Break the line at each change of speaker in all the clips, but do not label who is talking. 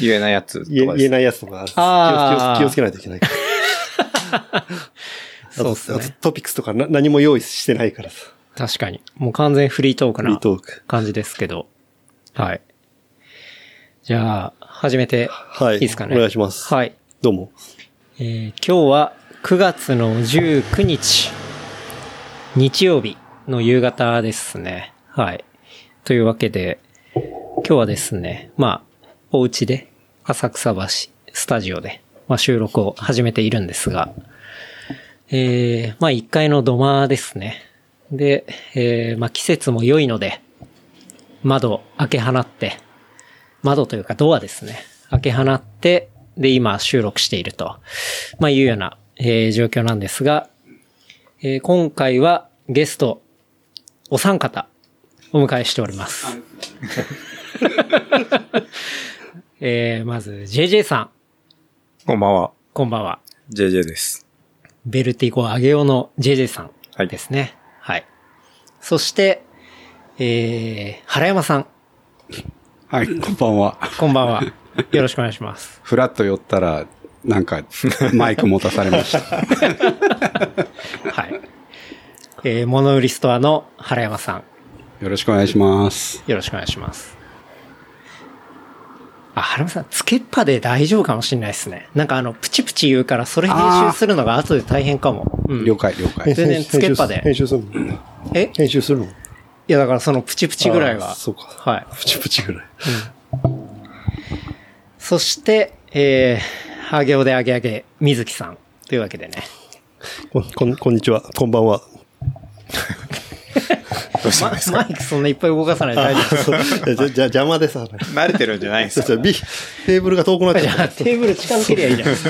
言えないやつとか
言え言え
い。
ないやつとか
あー
気をつけ、気をつけないといけないから。
そうっす
あとあ
ね。
とトピックスとかな何も用意してないからさ。
確かに。もう完全フリートーク
フリ
な
ートーク。
感じですけど。はい。じゃあ、始めて
はい。
いいですかね。
お願いします。
はい。
どうも。
えー今日は9月の19日、日曜日の夕方ですね。はい。というわけで、今日はですね、まあ、お家で、浅草橋、スタジオで、まあ、収録を始めているんですが、えー、まあ、1階の土間ですね。で、えー、まあ、季節も良いので、窓開け放って、窓というかドアですね。開け放って、で、今収録していると、まあいうような、えー状況なんですが、えー今回はゲスト、お三方、お迎えしております。 えーまず、JJ さん、
こんばんは。
こんばんは。
JJ です。
ベルティコ・アゲオの JJ さ
は
ん
い
ですね。はい。そして、えー、原山さん、
はい、こんばんは。
こんばんは。よろしくお願いします。
フラッと寄ったら、なんか、マイク持たされました。
はい。えー、モノ売りストアの原山さん、
よろしくお願いします。
よろしくお願いします。あ、原山さん、つけっぱで大丈夫かもしれないですね。なんかあの、プチプチ言うから、それ編集するのが後で大変かも。うん
了解、了解。
全然つけっぱで
編集するの
え
編集するの
いや、だからそのプチプチぐらい
あ
は。
そうか
はい。
プチプチぐらい。
そして、えー、ハゲオであげあげ、水木さん。というわけでね。
こん、こん、こんにちは。こんばんは。
どうしたん
ま
ですか
マイクそんないっぱい動かさないで 大丈夫です。
そうじゃ、じゃ、邪魔でさ。
慣れてるんじゃないんです
そうそ
か
うビテーブルが遠くなっち
じ
ゃ
ゃあ、
った。
テーブル近づけりゃいいじゃないで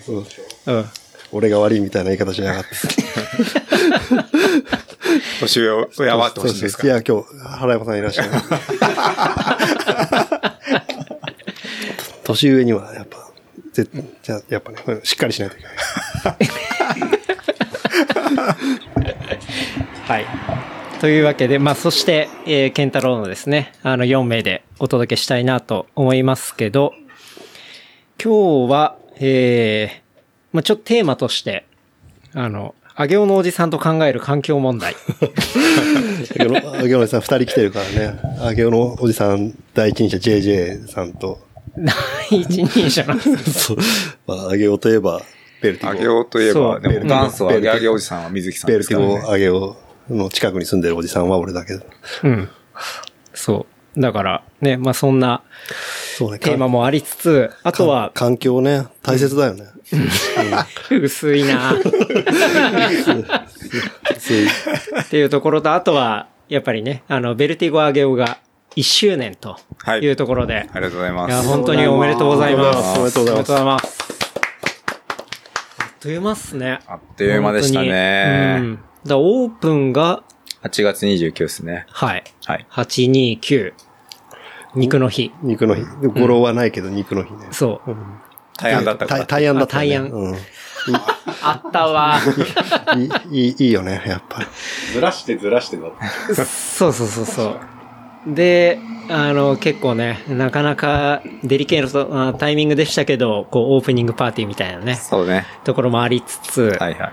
すか。うん。
俺が悪いみたいな言い方しやがって。
年上を敬ってほしいんです
い
か
や、今日、原山さんいらっしゃる。年上には、やっぱ、ぜじゃあやっぱね、しっかりしないといけない。
はい。というわけで、まあ、そして、えー、ケンタロウのですね、あの、4名でお届けしたいなと思いますけど、今日は、えー、まあ、ちょっとテーマとして、あの、アゲオのおじさんと考える環境 問題。
あげの、あげのさん二人来てるからね。あげのおじさん、第一人者 JJ さんと、
第一人者なんですね
そう、まあ、あげおといえば、ベルテ
あ
ィ
げ
ゴ。
おといえ
そう
ば、でも元祖あげあげおじさんは水木さん
ベ
で
ル
すか
ティ
らね。
ゴ、あげおの近くに住んでるおじさんは俺だけど。
うん。そう。だから、ね、まあ、そんな
そうね、
テーマ
も。
もありつつ、あとは、
環境ね、大切だよね。
薄いな
そういう
っていうところと、あとは、やっぱりね、あの、ベルティゴアゲオが1周年と
はい
いうところで、い、
ありがとうございま
や、
す。
本当におめでとうございます。
おめでとうございます
おめでとうございます。あっという間っすね。
あっという間でした
本
ね
当にうん。だからオープンが、
8月29日ですね。
はい、
はい。
829、肉の日。
肉の日。語呂はないけど、肉の日ね。
そう。
大安だったか
対
ら。
対案だった、ね。
あ対案
うん
あったわ。
いいいいいいよね、やっぱり。
ずらしてずらしてだっ
そうそうそうそう。で、あの、結構ね、なかなかデリケートなタイミングでしたけど、こう、オープニングパーティーみたいなね、
そうね。
ところもありつつ、
はいはい。
っ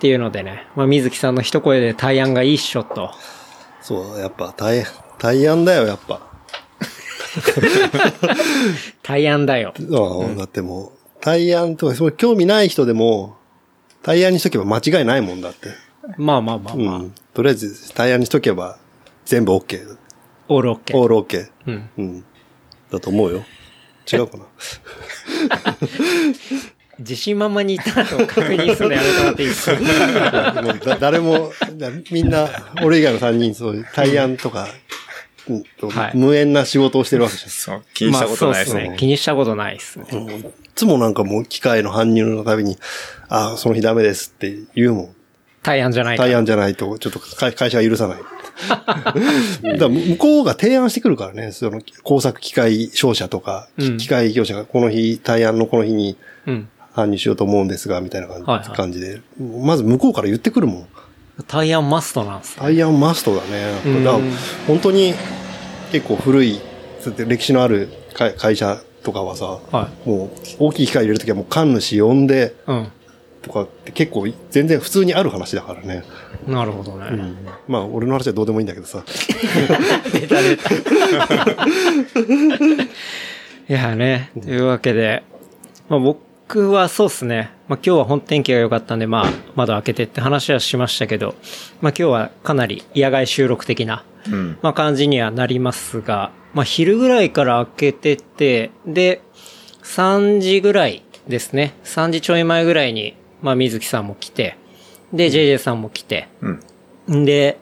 ていうのでね、まあ、水木さんの一声で対案がいいっしょと。
そう、やっぱ、対、対案だよ、やっぱ。
対案だよ。
ああだってもう、対案とか、その興味ない人でも、対案にしとけば間違いないもんだって。
まあまあまあ
う
まあ、
ん。とりあえず、対案にしとけば、全部 OK。
オールオッケ
オ
ー。
ール OK。
うん。
うん。だと思うよ。違うかな。
自信満々に言ったのを確認するのやめてもらっていいですか
もうだ誰も、だみんな、俺以外の3人、そういう対案とか、うんと
はい
無縁な仕事をしてるわけじゃん。
そう、気にしたことないです
まあそうっ
ね。
気にしたことないですね。
うんつもなんかもう機械の搬入のたびに、ああ、その日ダメですって言うもん。
対案じゃないか
対案じゃないと、ちょっと会会社が許 さない。だから向こうが提案してくるからね、その工作機械商社とか、き
うん
機械業者がこの日、対案のこの日に
うん。
搬入しようと思うんですが、みたいな感じ,、
はいはい
感じで。まず向こうから言ってくるもん。
対案マストなんですね。
タイヤンマストだね。だから
うん
本当に結構古い、そうやって歴史のある会会社とかはさ、
は
もう大きい機械入れるときはもう神主呼んで
い。うん。
とかって結構全然普通にある話だからね。
なるほどね。
まあ俺の話はどうでもいいんだけどさ。
出た出た。いやね、というわけで、まあ僕はそうですね、まあ今日は本天気が良かったんで、まあ窓開けてって話はしましたけど、まあ今日はかなり野外収録的な、
うん。
まあ感じにはなりますが、まあ昼ぐらいから開けてて、で、3時ぐらいですね、3時ちょい前ぐらいに、まあ水木さんも来て、で、JJ さんも来て、
うん。
んで、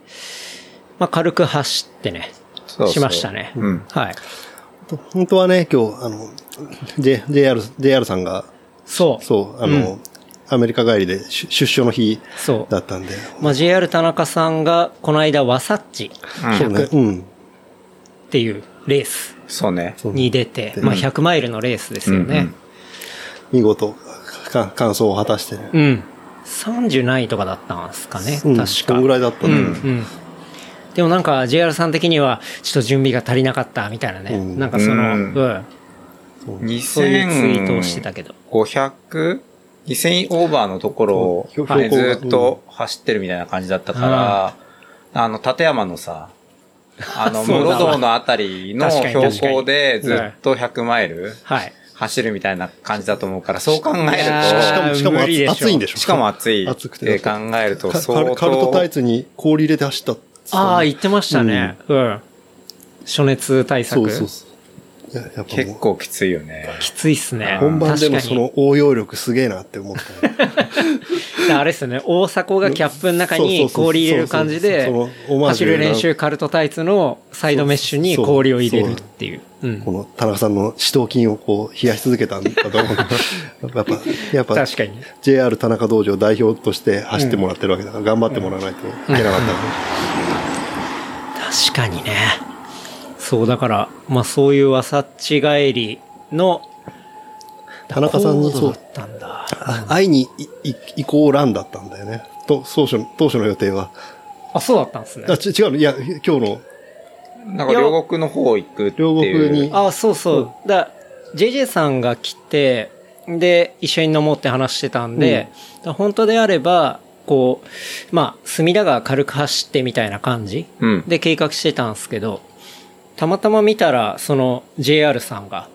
まあ軽く走ってね、
そうそう
しましたね。
うん。
はい。
本当はね、今日、あの、J、JR、JR さんが、
そう。そ
そ
う。
う、あの、アメリカ帰りで出出所の日だったんで。
まあ、JR 田中さんが、この間、ワサッチ
そうね。うん。
っていうレース
そうね。
に出て、まあ、100マイルのレースですよね。
見事、か完走を果たしてね。
うん、30何位とかだったんですかね、
うん
確
こ
か。
んぐらいだった
うん、
ね。
うん。でもなんか、JR さん的には、ちょっと準備が足りなかった、みたいなね。
うん
なんかその、う
うんん。
そういうツイートをしてた
2500
けど。
2000オーバーのところを、
そう標
ね
高が
ずっと走ってるみたいな感じだったから、あの、立山のさ、あの、
そうだわ
室堂のあたりの
確かに確か
標
に
高でずっと100マイル
はい。
走るみたいな感じだと思うから、そう考
いや
え
ー
しかも
無理でしょ
暑いんで
る
しょ
と、しかも暑いっ
暑くて
て考えると
か
相当、
カルトタイツに氷入れて走ったっつ
ああ、
い
言ってましたね。うん。暑熱対策。
そうそうそう。いややっぱも
結
う
構きついよね。
きついっすね。
本番でも
確か
そ
に
の応用力すげえなって思った ね。
であれですよね、大迫がキャップの中
そう
に
そうそう
氷入れる感じで
そうそうそのオ、マージ
走
ュな
る練習カルトタイツのサイドメッシュに氷を入れるっていう。うん
この田中さんの死闘筋をこう冷やし続けたんだと思う。やっぱ、やっぱ
確かに。
JR 田中道場代表として走ってもらってるわけだから頑張ってもらわないといけなかったね
確かにね。そう、だから、まあそういうわさっち帰りの、
田中さんに
高
そ
度
う
だったんだ。
あ会いにいい行こうランだったんだよね。と、当初、当初の予定は。
あ、そうだったんですね
あ、。ち違うのいや、今日の
なんか両国の方行くって
両
いう。
国に。
あ、そうそう。だ、JJ さんが来て、で、一緒に飲もうって話してたんで、だ本当であれば、こう、まあ、隅田川軽く走ってみたいな感じ
うん。
で計画してたんですけど、たまたま見たら、その JR さんが、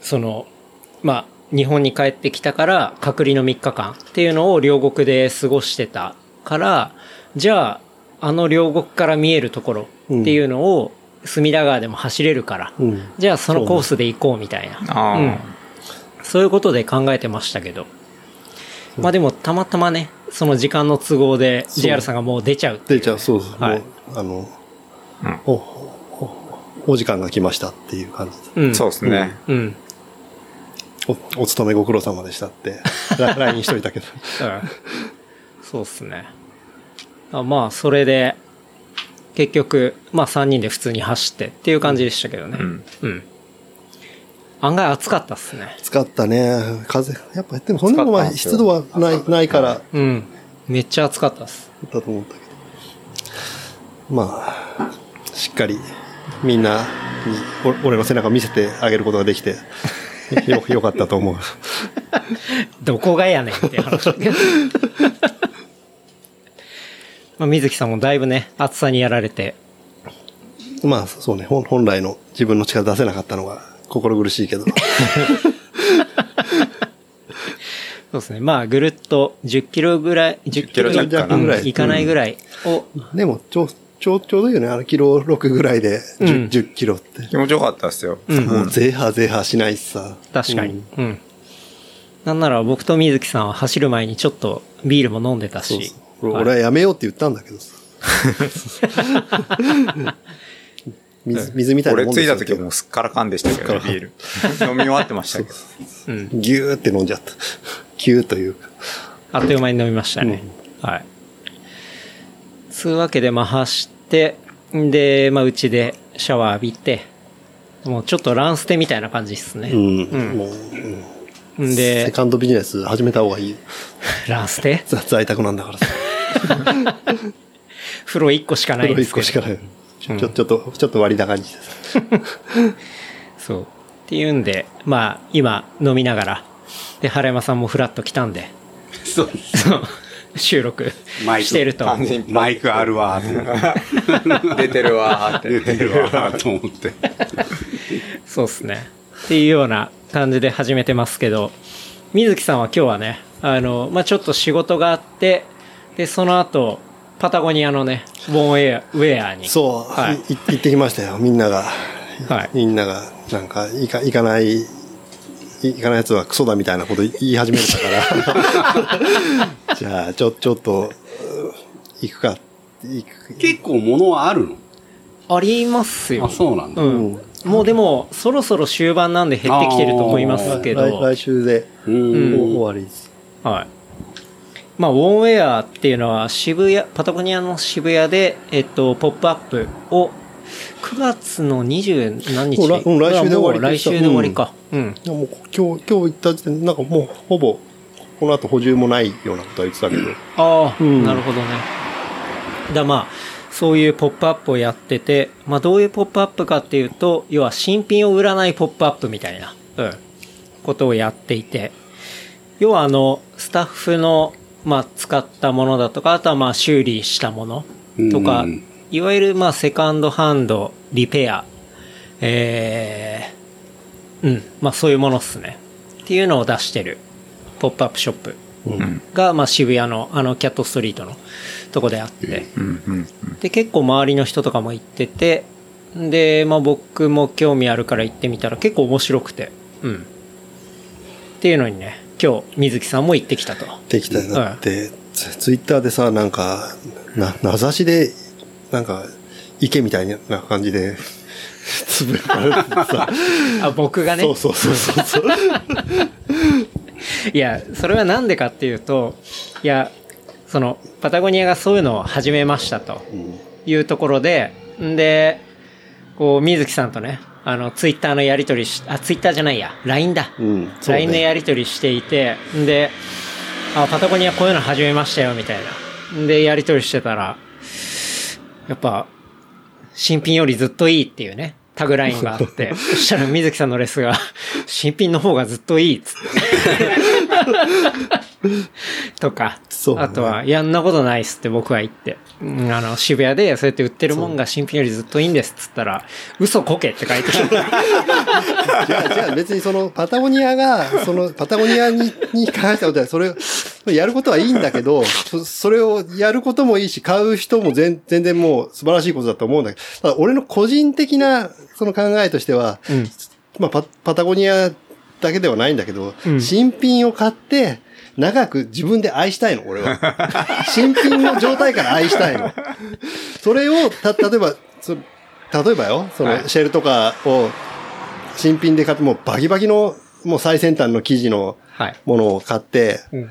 その、まあ、日本に帰ってきたから、隔離の3日間っていうのを両国で過ごしてたから、じゃあ、あの両国から見えるところっていうのを、隅田川でも走れるから、
うん。
じゃあそのコースで行こうみたいな。
ああ、
うんそういうことで考えてましたけど。まあでもたまたまね、その時間の都合で
そう
JR さんがもう出ちゃうっていう
で、じゃあ、そうそう。
はい
もうあの、
うん
おお、お時間が来ましたっていう感じで
うん。
そうですね。
うん。うん。
お、お勤めご苦労様でしたって、ラ LINE しといたけど。
そうっすね。あまあ、それで、結局、まあ3人で普通に走ってっていう感じでしたけどね。
うん。
うん。案外暑かったっすね。
使ったね。風、やっぱ、でもそんなのは
暑かったんですよ
湿度はない、ないから
うん。めっちゃ暑かったっす。
だと思ったけど。まあ、しっかり、みんなに、お俺の背中見せてあげることができて、 よ、よかったと思う。
どこがやねんって 話だけど。まあ、水木さんもだいぶね、暑さにやられて。
まあ、そうね、本本来の自分の力出せなかったのが心苦しいけ ど。
そうですね。まあ、ぐるっと10キロぐらい、10キ
キ
ロ
ロ
弱
弱
か
か
な
な。いかないぐらいを、
でも、ちょう、ちょう、ちょうどいいよね。あの、キロ6ぐらいで10、
うん
10キロって。
気持ちよかったですよ。
うん
もう、ゼーハーゼーハーしないしさ。
確かに。うん。なんなら僕と水木さんは走る前にちょっとビールも飲んでた
そう
し
そう。 俺俺はやめようって言ったんだけどさ。水、水みたいな
俺
もん
着
で
い
す
た
よ
時はもうすっからかんでしたけどね、ビール。飲み終わってましたけど。
うん。
ギューって飲んじゃった。ギューというか。
あっという間に飲みましたね。はい。つうわけで、まあ、走って、んで、まあ、うちでシャワー浴びて、もうちょっとランステみたいな感じです
う
ね。
ん。もう、うん
ん、
セ
で、
カンドビジネス始めた方がいい。
ランステ
在在宅なんだからさ。
風呂1個しかない
黒
んで
一
すけ
個し。
ど
かない。ちょ、ちょちょっと、ちょっと割高にしてさ。
そう。っていうんで、まあ、今飲みながら、で、原山さんもフラッと来たんで、
そう
そう収録
マイク
してると。
完全に
マイクあるわーと思って。
出てるわーって。
出てるわーと思って。
そうですね。っていうような感じで始めてますけど、水木さんは今日はね、あの、まあ、ちょっと仕事があって、で、その後、パタゴニアのね、ボンウェアウェアに。
そう、
はい
い行ってきましたよ。みんなが、
はい
みんなが、なんか、行か、行かない、い行かないやつはクソだみたいなこと言い始めてた から。じゃあ、ちょ、ちょっと、行くか、行く。
結構物はある
あります
の
よ。
あ、そうなんだ。
う。
うん
もうでも、そろそろ終盤なんで減ってきてると思いますけ
来
ど
来、週で、
ん。
お終わりです。
はい。まあ、ウォンウェアっていうのは渋谷、パタゴニアの渋谷で、えっと、ポップアップを9月の20何日
もうらうん来週で終わり
もう来週で終わりか。うん。
でももう今日、今日行った時点で、なんかもうほぼ、この後補充もないようなことは言ってたけど、
ああ、
ん
なるほどね。だまあ、そういうポップアップをやってて、まあどういうポップアップかっていうと、要は新品を売らないポップアップみたいな、うん、ことをやっていて、要はあの、スタッフの、まあ使ったものだとか、あとはまあ修理したものとか、
うん
いわゆるまあセカンドハンド、リペア、えー、うん、まあそういうものっすね。っていうのを出してる、ポップアップショップが、まあ、渋谷のあのキャットストリートのとこであって、
うんうん
で結構周りの人とかも行っててで、まあ、僕も興味あるから行ってみたら結構面白くて、うん、っていうのにね今日水木さんも行ってきたと
できたよ。だって、ツツイッターでさ、なんか、な、名指しで、なんか、池みたいな感じで、つぶやかれて さ、
あ僕がね
そうそうそうそうそう。
いやそれはなんでかっていうといやそのパタゴニアがそういうのを始めましたというところでんでこう水木さんとねあのツイッターのやり取りしあツイッターじゃないや LINE だ、
うん、そう
LINE の
ね。
やり取りしていて、で、あ、パタゴニアこういうの始めましたよ、みたいな。で、やり取りしてたら、やっぱ、新品よりずっといいっていうね、タグラインがあって、そしたら水木さんのレスが、新品の方がずっといいっつ って。とか、
そうね
あとは、いやんなことないっすって僕は言って、うんあの、渋谷でそうやって売ってるもんが新品よりずっといいんですっつったら、嘘こけって書いてき た。
じゃあ、じゃあ別にその、パタゴニアが、その、パタゴニアに、に関しては、じゃあそれ、やることはいいんだけど、そそれをやることもいいし、買う人も全全然もう素晴らしいことだと思うんだけど、ただ俺の個人的な、その考えとしては、
うん
まあ、パパタゴニアだけではないんだけど、
うん
新品を買って、長く自分で愛したいの、俺は。 新品の状態から愛したいの。それを、た、例えば、そ例えばよ、そ
はい
の、シェルとかを、新品で買って、もうバキバキの、もう最先端の生地の
はい。
ものを買って、
うん。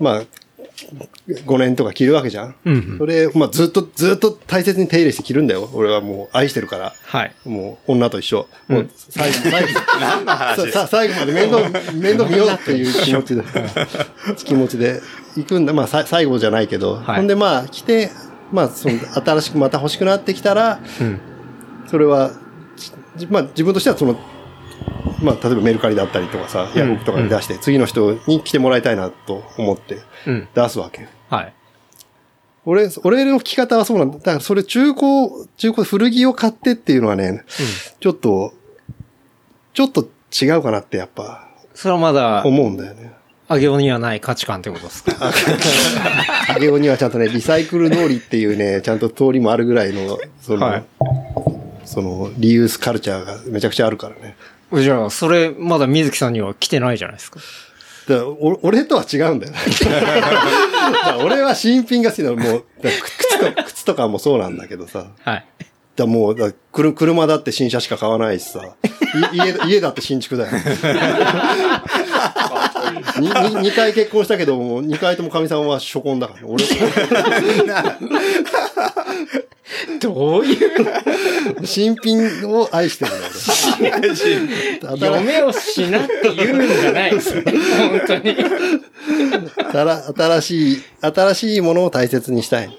まあ、5年とか着るわけじゃん。
うん。
それ、まあ、ずっと、ずっと大切に手入れして着るんだよ。俺はもう愛してるから。
はい。
もう、女と一緒。も
うん
う、最後、最後、ささ最後まで面 倒、面倒見ようっていう気持ちで、気持ちで行くんだ。まあ、さ最後じゃないけど。
はい
ほんで、まあ、来て、まあ、その、新しくまた欲しくなってきたら、
うん。
それは、じまあ、自分としては、その、まあ、例えばメルカリだったりとかさ、ヤフオクとかに出して、次の人に来てもらいたいなと思って、
うん。
出すわけよ。
はい。
俺、俺の聞き方はそうなんだ。だからそれ中古、中古、古着を買ってっていうのはね、ちょっと、ちょっと違うかなってやっぱ
それはまだ、
思うんだよね。
あげおにはない価値観ってことです か
あげおにはちゃんとね、リサイクル通りっていうね、ちゃんと通りもあるぐらいの、その、
はい
その、リユースカルチャーがめちゃくちゃあるからね。
じゃあ、それ、まだ水木さんには来てないじゃないですか。
だからお俺とは違うん だよね。だから俺は新品が好きなの、もう、だから靴と靴とかもそうなんだけどさ、
はい。
だもうだくる車だって新車しか買わないしさ。い家家だって新築 だよ。にに2回結婚したけども、2回ともかみさんは初婚だから、俺、
どういう、
新品を愛してるんだよ俺。ただ
嫁をしなって言うんじゃないで すよ。本当に。
たら新しい、新しいものを大切にしたい。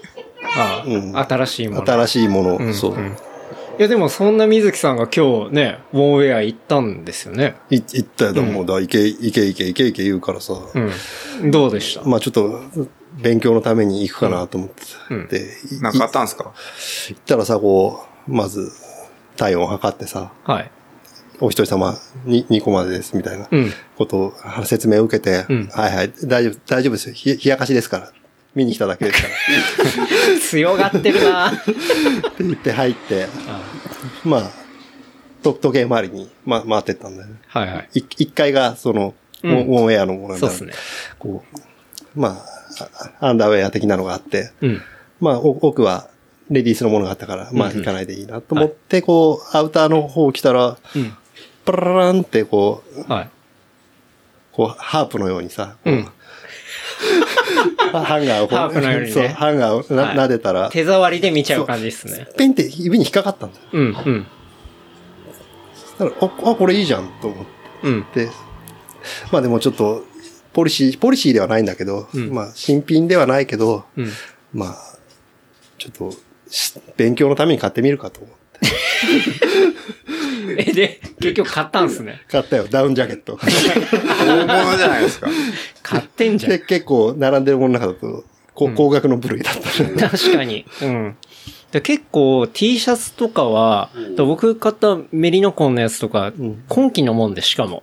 ああ
うん
新しいもの。
新しいもの。そう。
んいや、でもそんな水木さんが今日ね、ウォンウェア行ったんですよね。
い行ったよ、もうだ、いけ、いけいけいけいけ言うからさ。
うん。どうでした
まあちょっと、勉強のために行くかなと思って、
うん
で、い
なんかあったんですか
行ったらさ、こう、まず、体温を測ってさ、
はい。
お一人様に2個までです、みたいな
うん
ことを説明を受けて、
うん
はいはい、大丈夫、大丈夫ですよ。ひ冷やかしですから。見に来ただけです から。
強がってる な
って言って入って、まあ、と時計回りに、ま、回ってったんだよね。
はいはい。
い一階が、その、
うん
ウォンウォンウェアのものなん
そ
だ
うですね。
こう、まあ、あアンダーウェア的なのがあって、
うん。
まあ、お奥はレディースのものがあったから、まあ、
うんうん
行かないでいいなと思って、こう、アウターの方来たら、
うん。
パラランってこう、
はい。
こう、ハープのようにさ、
うん。
ハハンガーをこう、
ハープのようにね
そうハンガーをな、
はい
撫でたら、
手触りで見ちゃう感じですね。
ペンって指に引っかかったんだよ。
うん、うん。
そしたら、あ、あこれいいじゃんと思っ
うん。
て、まあでもちょっと、ポリシー、ポリシーではないんだけど、
うん
まあ、新品ではないけど、
うん。
まあ、ちょっとし、勉強のために買ってみるかと思って。
え、で、結局買ったんすね。
買ったよ、ダウンジャケット。
大物じゃないですか。
買ってんじゃ
で、
ん。
結構、並んでるものの中だと、こう高額の部類だったね。
確かに。うん。で結構 T シャツとかは、だ僕買ったメリノコンのやつとか、
ん
今期のもんでしかも。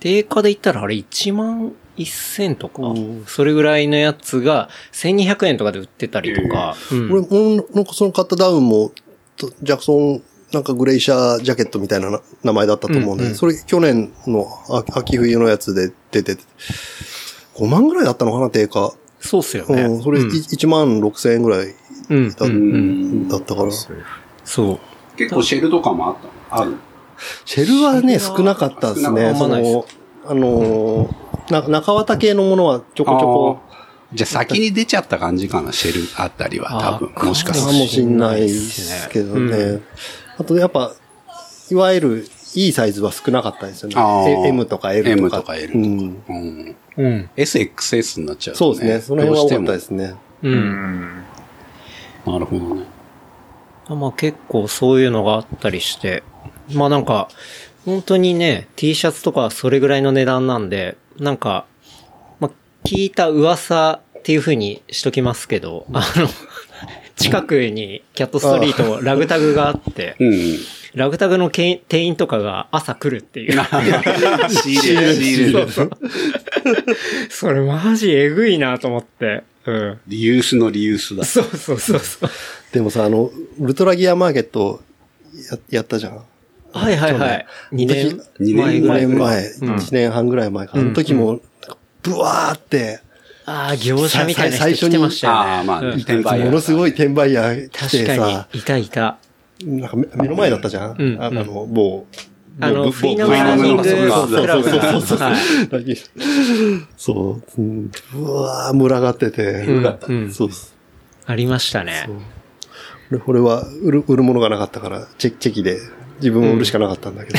定価で言ったらあれ1万1000とか、
うん
それぐらいのやつが1200円とかで売ってたりとか。うん
俺、俺のなんかその買ったダウンも、とジャクソン、なんかグレイシャージャケットみたいなな名前だったと思うんで、
うんうん
それ去年のあ秋冬のやつで出てて、5万ぐらいだったのかな、定価。
そうっすよ
う
ね。
ん、それい
うん
1万6千円ぐらい
うん
だ,、
うんうん
だったから。シ
そう。
結構シェルとかもあったのある
ェルはね、少なかったですね。
少
そ
なかった
の、あのーな、中綿系のものはちょこちょこ
じゃあ先に出ちゃった感じかな、シェルあたりは多
あー
分。もしかす
か
る
もしんないですけどね。
う
あとやっぱ、いわゆるいいサイズは少なかったですよね。
あー
え M とか L とか。
M とか L とか
うん。
と。うん。
うん。
SXS になっちゃう、ね。。
そうですね。その辺は多かったですすね。
う。
うんん。
なるほどね。
まあ結構そういうのがあったりして、まあなんか、本当にね、T シャツとかはそれぐらいの値段なんで、なんか、まあ聞いた噂っていう風にしときますけど、あの、 近くにキャットストリートラグタグがあって、
うん。
ラグタグのけん店員とかが朝来るっていう。
仕入れる、仕入れる。
それマジえぐいなと思って。うん。
リユースのリユースだ。
そうそうそうそう。
でもさ、あの、ウルトラギアマーケットややったじゃん。
はいはいはい。2年
二
前
年
ぐ
5
らい
年前、
ん
1年半ぐらい前か。あの時も、なんかブワーって、
ああ、業者みたいな人来てましたよね。
ああ、まあ、
うん
転売屋
ものすごい転売屋来
確
て
か
さ、
に、いたいた。
なんか目目の前だったじゃん。
うん
ああの、某。
あの、
某
フリーナムランニングクラブ
そうそうそうそう
はい
そう。うんうわー、群がってて。
うんよかったうん
そうっす。
ありましたね。
俺俺は売る売るものがなかったから、チェチェキで自分を売るしかなかったんだけど。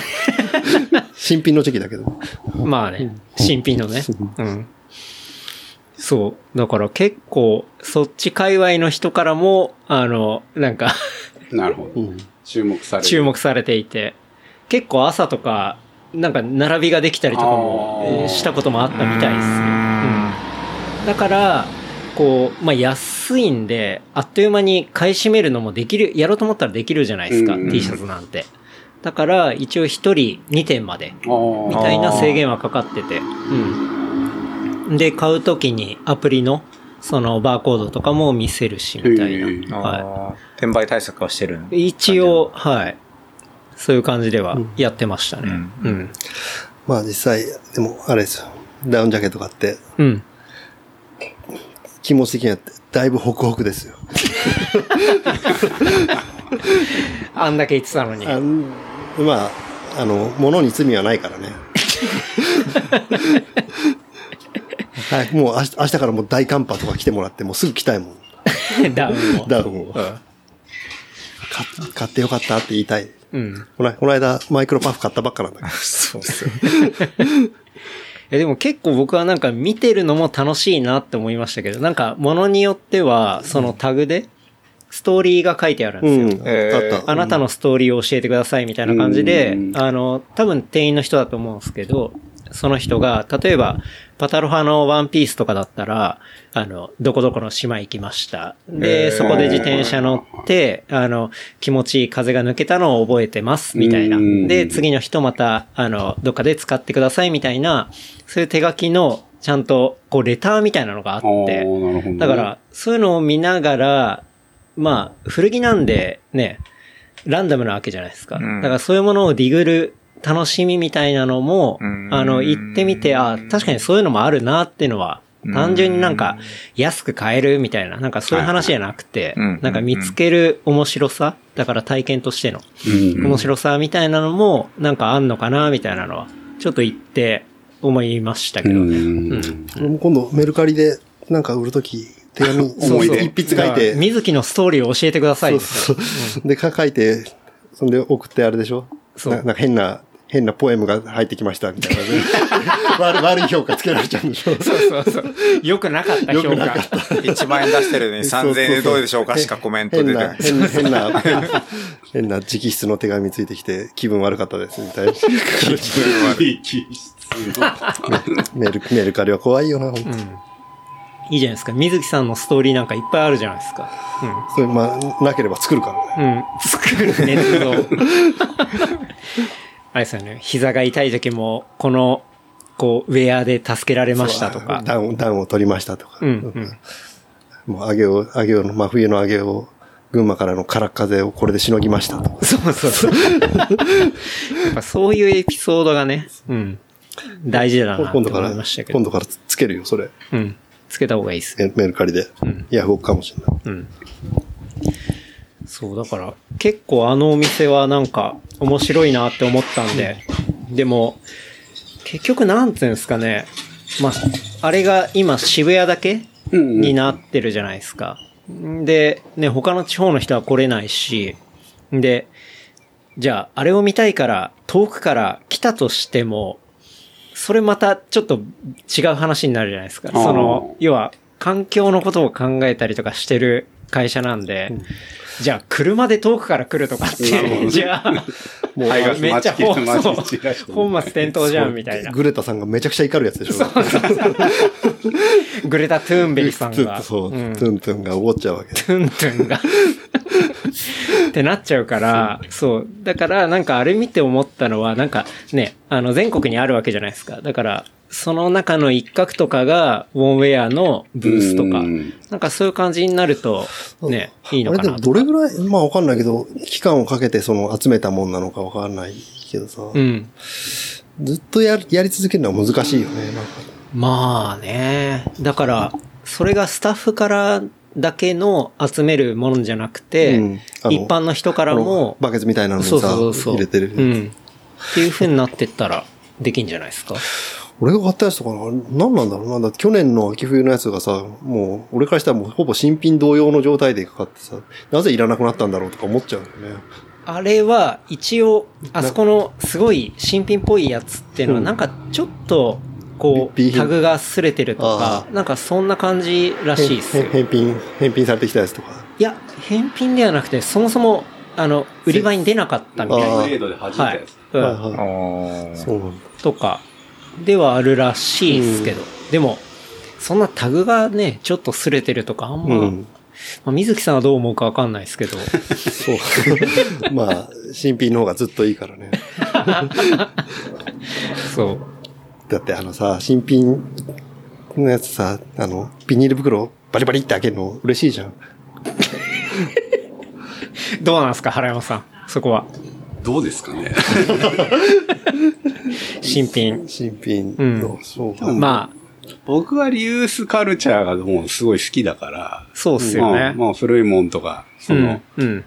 新品のチェキだけど。
まあね、新品のね。うん。そう。だから結構、そっち界隈の人からも、あの、なんか、
なるほ
う
ど。
ん
注目される。
注目されていて、結構朝とか、なんか並びができたりとかも
あー
えーしたこともあったみたいですね。うん。だから、こう、まあ、安いんで、あっという間に買い占めるのもできる、やろうと思ったらできるじゃないですか、
うんうん
T シャツなんて。だから、一応一人2点まで、み
み
たいな制限はかかってて。うん。で、買うときにアプリの、そのバーコードとかも見せるし、みたい
へー
な。は
あー転売対策はしてるの
い。一応、はい。そういう感じではやってましたね。う。
うん
まあ実際、でもあれですよ。ダウンジャケット買って、
うん。
気持ち的にはだいぶホクホクですよ。
あんだけ言ってたのに。
あんまあ、あの、物に罪はないからね。はい、もう明日明日からもう大寒波とか来てもらって、もうすぐ来たいもん。
ダウンを。
ダウンを。買買ってよかったって言いたい。
うん。
このこの間、マイクロパフ買ったばっかなんだけど。
そうっすよ。
え、でも結構僕はなんか見てるのも楽しいなって思いましたけど、なんかものによっては、そのタグで、ストーリーが書いてあるんですよ。
うん、
えー
あった。
あなたのストーリーを教えてくださいみたいな感じで
う、ん
あの、多分店員の人だと思うんですけど、その人が、例えば、パタロハのワンピースとかだったら、あの、どこどこの島行きました。
へ
で、
ー
そこで自転車乗って、あの、気持ちいい風が抜けたのを覚えてます、みたいな
う。ん
で、次の人また、あの、どっかで使ってください、みたいな、そういう手書きの、ちゃんと、こう、レターみたいなのがあっ
あー
て、
なるほどね
だから、そういうのを見ながら、まあ、古着なんでね、ランダムなわけじゃないですか。
うん
だからそういうものをディグル楽しみみたいなのも、
うん
あの、行ってみて、あ、確かにそういうのもあるなっていうのは、単純になんか安く買えるみたいな、なんかそういう話じゃなくて、
はいはいうん
なんか見つける面白さ、だから体験としての
うん。
面白さみたいなのも、なんかあんのかなみたいなのは、ちょっと行って思いましたけどね。
うん
俺も今度メルカリでなんか売るとき、手紙、
思い出
一筆書いて、
水木のストーリーを教えてくださ
そ
い
う
ですよ。
そうそう。で、か書いて、そんで送ってあれでしょ
そう
ななんか変な、変なポエムが入ってきました、みたいなね。 悪悪い評価つけられちゃうんでしょ
そうそうそう。良くなかった評価。
1万円出し てるのに3000円でどうでしょうかしかコメント
変
出て
な、
ない。
変な、変な、 変な直筆の手紙ついてきて、気分悪かったです、みたいな。メル、メルカリは怖いよな、ほんと
いいじゃないですか。水木さんのストーリーなんかいっぱいあるじゃないですか。
それ、まあ、なければ作るからね。
うん。うん。作るね、そう あれですよね。膝が痛い時も、この、こう、ウェアで助けられましたとか。
暖を、暖を取りましたとか。
うん、うん。
もう、あげを、あげをの、真冬のあげを、群馬からの空っ風をこれでしのぎましたとか。
そうそう そう。やっぱそういうエピソードがね、うん。大事だなって
今度か
思
ら、
いましたけ
今
ど。
度からつつけるよ、それ。
うん。つけた方がいいですね
メメルカリで。ヤフオクかもしれない。
うん。そう、だから、結構あのお店はなんか面白いなって思ったんで、でも、結局なんていうんですかね、まあ、あれが今渋谷だけ
う ん
になってるじゃないですか。で、ね、他の地方の人は来れないし、で、じゃあ、あれを見たいから、遠くから来たとしても、それまたちょっと違う話になるじゃないですか。
あー
その、要は、環境のことを考えたりとかしてる会社なんで、じゃあ、車で遠くから来るとかっ
なるほど
て、
ね
じゃあ、
もう
あのめっちゃ本
マジ
そう
マジマジ
本末転倒じゃんみたいな。
グレタさんがめちゃくちゃ怒るやつでしょ。そう
グレタ・トゥーンベリさん
ずっ
が。
とそう、ト
ん
ゥントゥンが怒っちゃうわけ。
トゥントゥンが。ってなっちゃうから、そう。だから、なんかあれ見て思ったのは、なんかね、あの、全国にあるわけじゃないですか。だから、その中の一角とかが、ウォンウェアのブースとか
うん、
なんかそういう感じになると、ね、いいの
あれ
か
で
な
もどれぐらい、まあわかんないけど、期間をかけてその集めたもんなのかわかんないけどさ、
うん。
ずっとやるやり続けるのは難しいよね。なんか
まあね。だから、それがスタッフからだけの集めるものじゃなくて、
うんあの
一般の人からも
この、バケツみたいなのにさ、
そうそうそう。
入れてる。
うん。っていう風になってったら、できんじゃないですか。
俺が買ったやつとかな、何なんだろうなんだって去年の秋冬のやつがさ、もう、俺からしたらもうほぼ新品同様の状態でかかってさ、なぜいらなくなったんだろうとか思っちゃうよね。
あれは、一応、あそこのすごい新品っぽいやつっていうのは、
うん
なんかちょっと、こ
び備
う、
品
タグが擦れてるとか
あ、
なんかそんな感じらしいっすよ
へ。返品、返品されてきたやつとか。
いや、返品ではなくて、そもそも、あの、売り場に出なかったみたいな。
あー
は
グ
い
レードで弾いたやつ。
うん
はいはい。
あー
そうなんだ。
とかではあるらしいですけど、でも、そんなタグがね、ちょっと擦れてるとか、あんま、
うん。
まあ、水木さんはどう思うかわかんないです けど、
そう。 まあ、新品の方がずっといいからね。
そう。
だってあのさ、新品のやつさ、あの、ビニール袋をバリバリって開けるの嬉しいじゃん。
どうなんですか、原山さん。そこは。
どうですかね。
新品。
新品の、そうか。
ま
僕はリユースカルチャーがもうすごい好きだから
あ、、そうっすよね。
まあ、まあ古いもんとか、その、
うん。うん。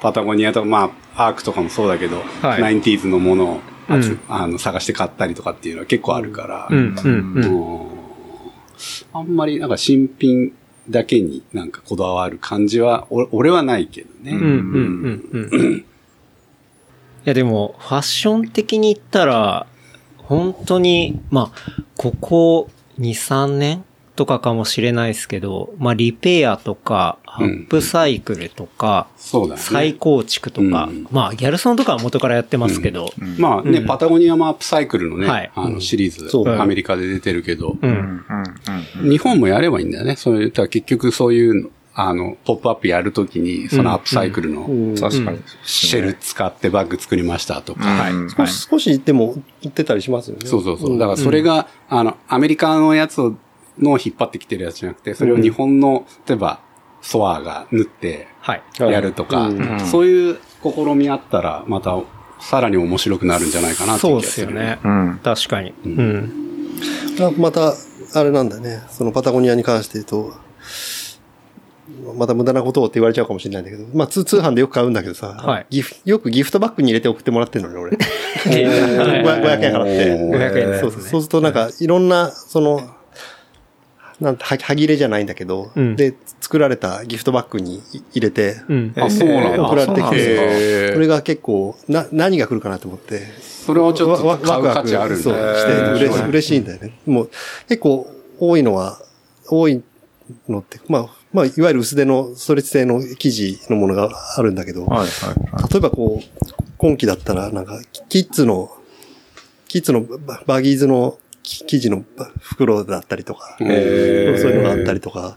パタゴニアと、まあ、アークとかもそうだけど、
はい
ナインティーズのものを、あつ
うん
あの探して買ったりとかっていうのは結構あるから、
うん、うん、うん。
うんあんまりなんか新品だけになんかこだわる感じは、お俺はないけどね。
うんうんうんうん。いやでも、ファッション的に言ったら、本当に、まあ、ここ2、3年とかかもしれないですけど、まあ、リペアとか、アップサイクルとか、
そうだね。
再構築とか、
うん
まあ、ギャルソンとかは元からやってますけど、
まあね、
うん
パタゴニアもアップサイクルのね、
はい
あのシリーズ、
そう
アメリカで出てるけど、
うん。
日本もやればいいんだよね。そういう、だから結局そういうの、あの、ポップアップやるときに、そのアップサイクルの
確かに。
シェル使ってバッグ作りましたとか、
はい。
少し、少しでも売ってたりしますよね。
そうそうそう。だからそれが、あの、アメリカのやつを、のを引っ張ってきてるやつじゃなくて、それを日本の、例えば、ソアが縫って
はい。
やるとか、
うん
そういう試みあったら、また、さらに面白くなるんじゃないかなってい
そうう
気
で
が
す
す
よ
る。
ね。
うん。
確かに。うん。
あまた、あれなんだね。そのパタゴニアに関して言うと、また無駄なことをって言われちゃうかもしれないんだけど、まあ通通販でよく買うんだけどさ、
はい
ギフよくギフトバッグに入れて送ってもらってるのね、俺。
はい
500 500円払って。
500円ですね
そうそうそうするとなんか、いろんな、その、なんて、は歯切れじゃないんだけど、
うん
で、作られたギフトバッグに入れて、
うん。
あ、そうなんだ。
送られてきて、
へ
これが結構、な、何が来るかなと思って、
それをちょっ
わ
と買う価値あるん
そう、
だ
して、嬉し嬉しいんだよね。もう、結構、多いのは、多いのって、まあ、まあ、いわゆる薄手のストレッチ製の生地のものがあるんだけど、
はいはい。
例えばこう、今期だったら、なんか、キッズの、キッズのババギーズのき生地のば袋だったりとか、そう
へー
いうのがあったりとか、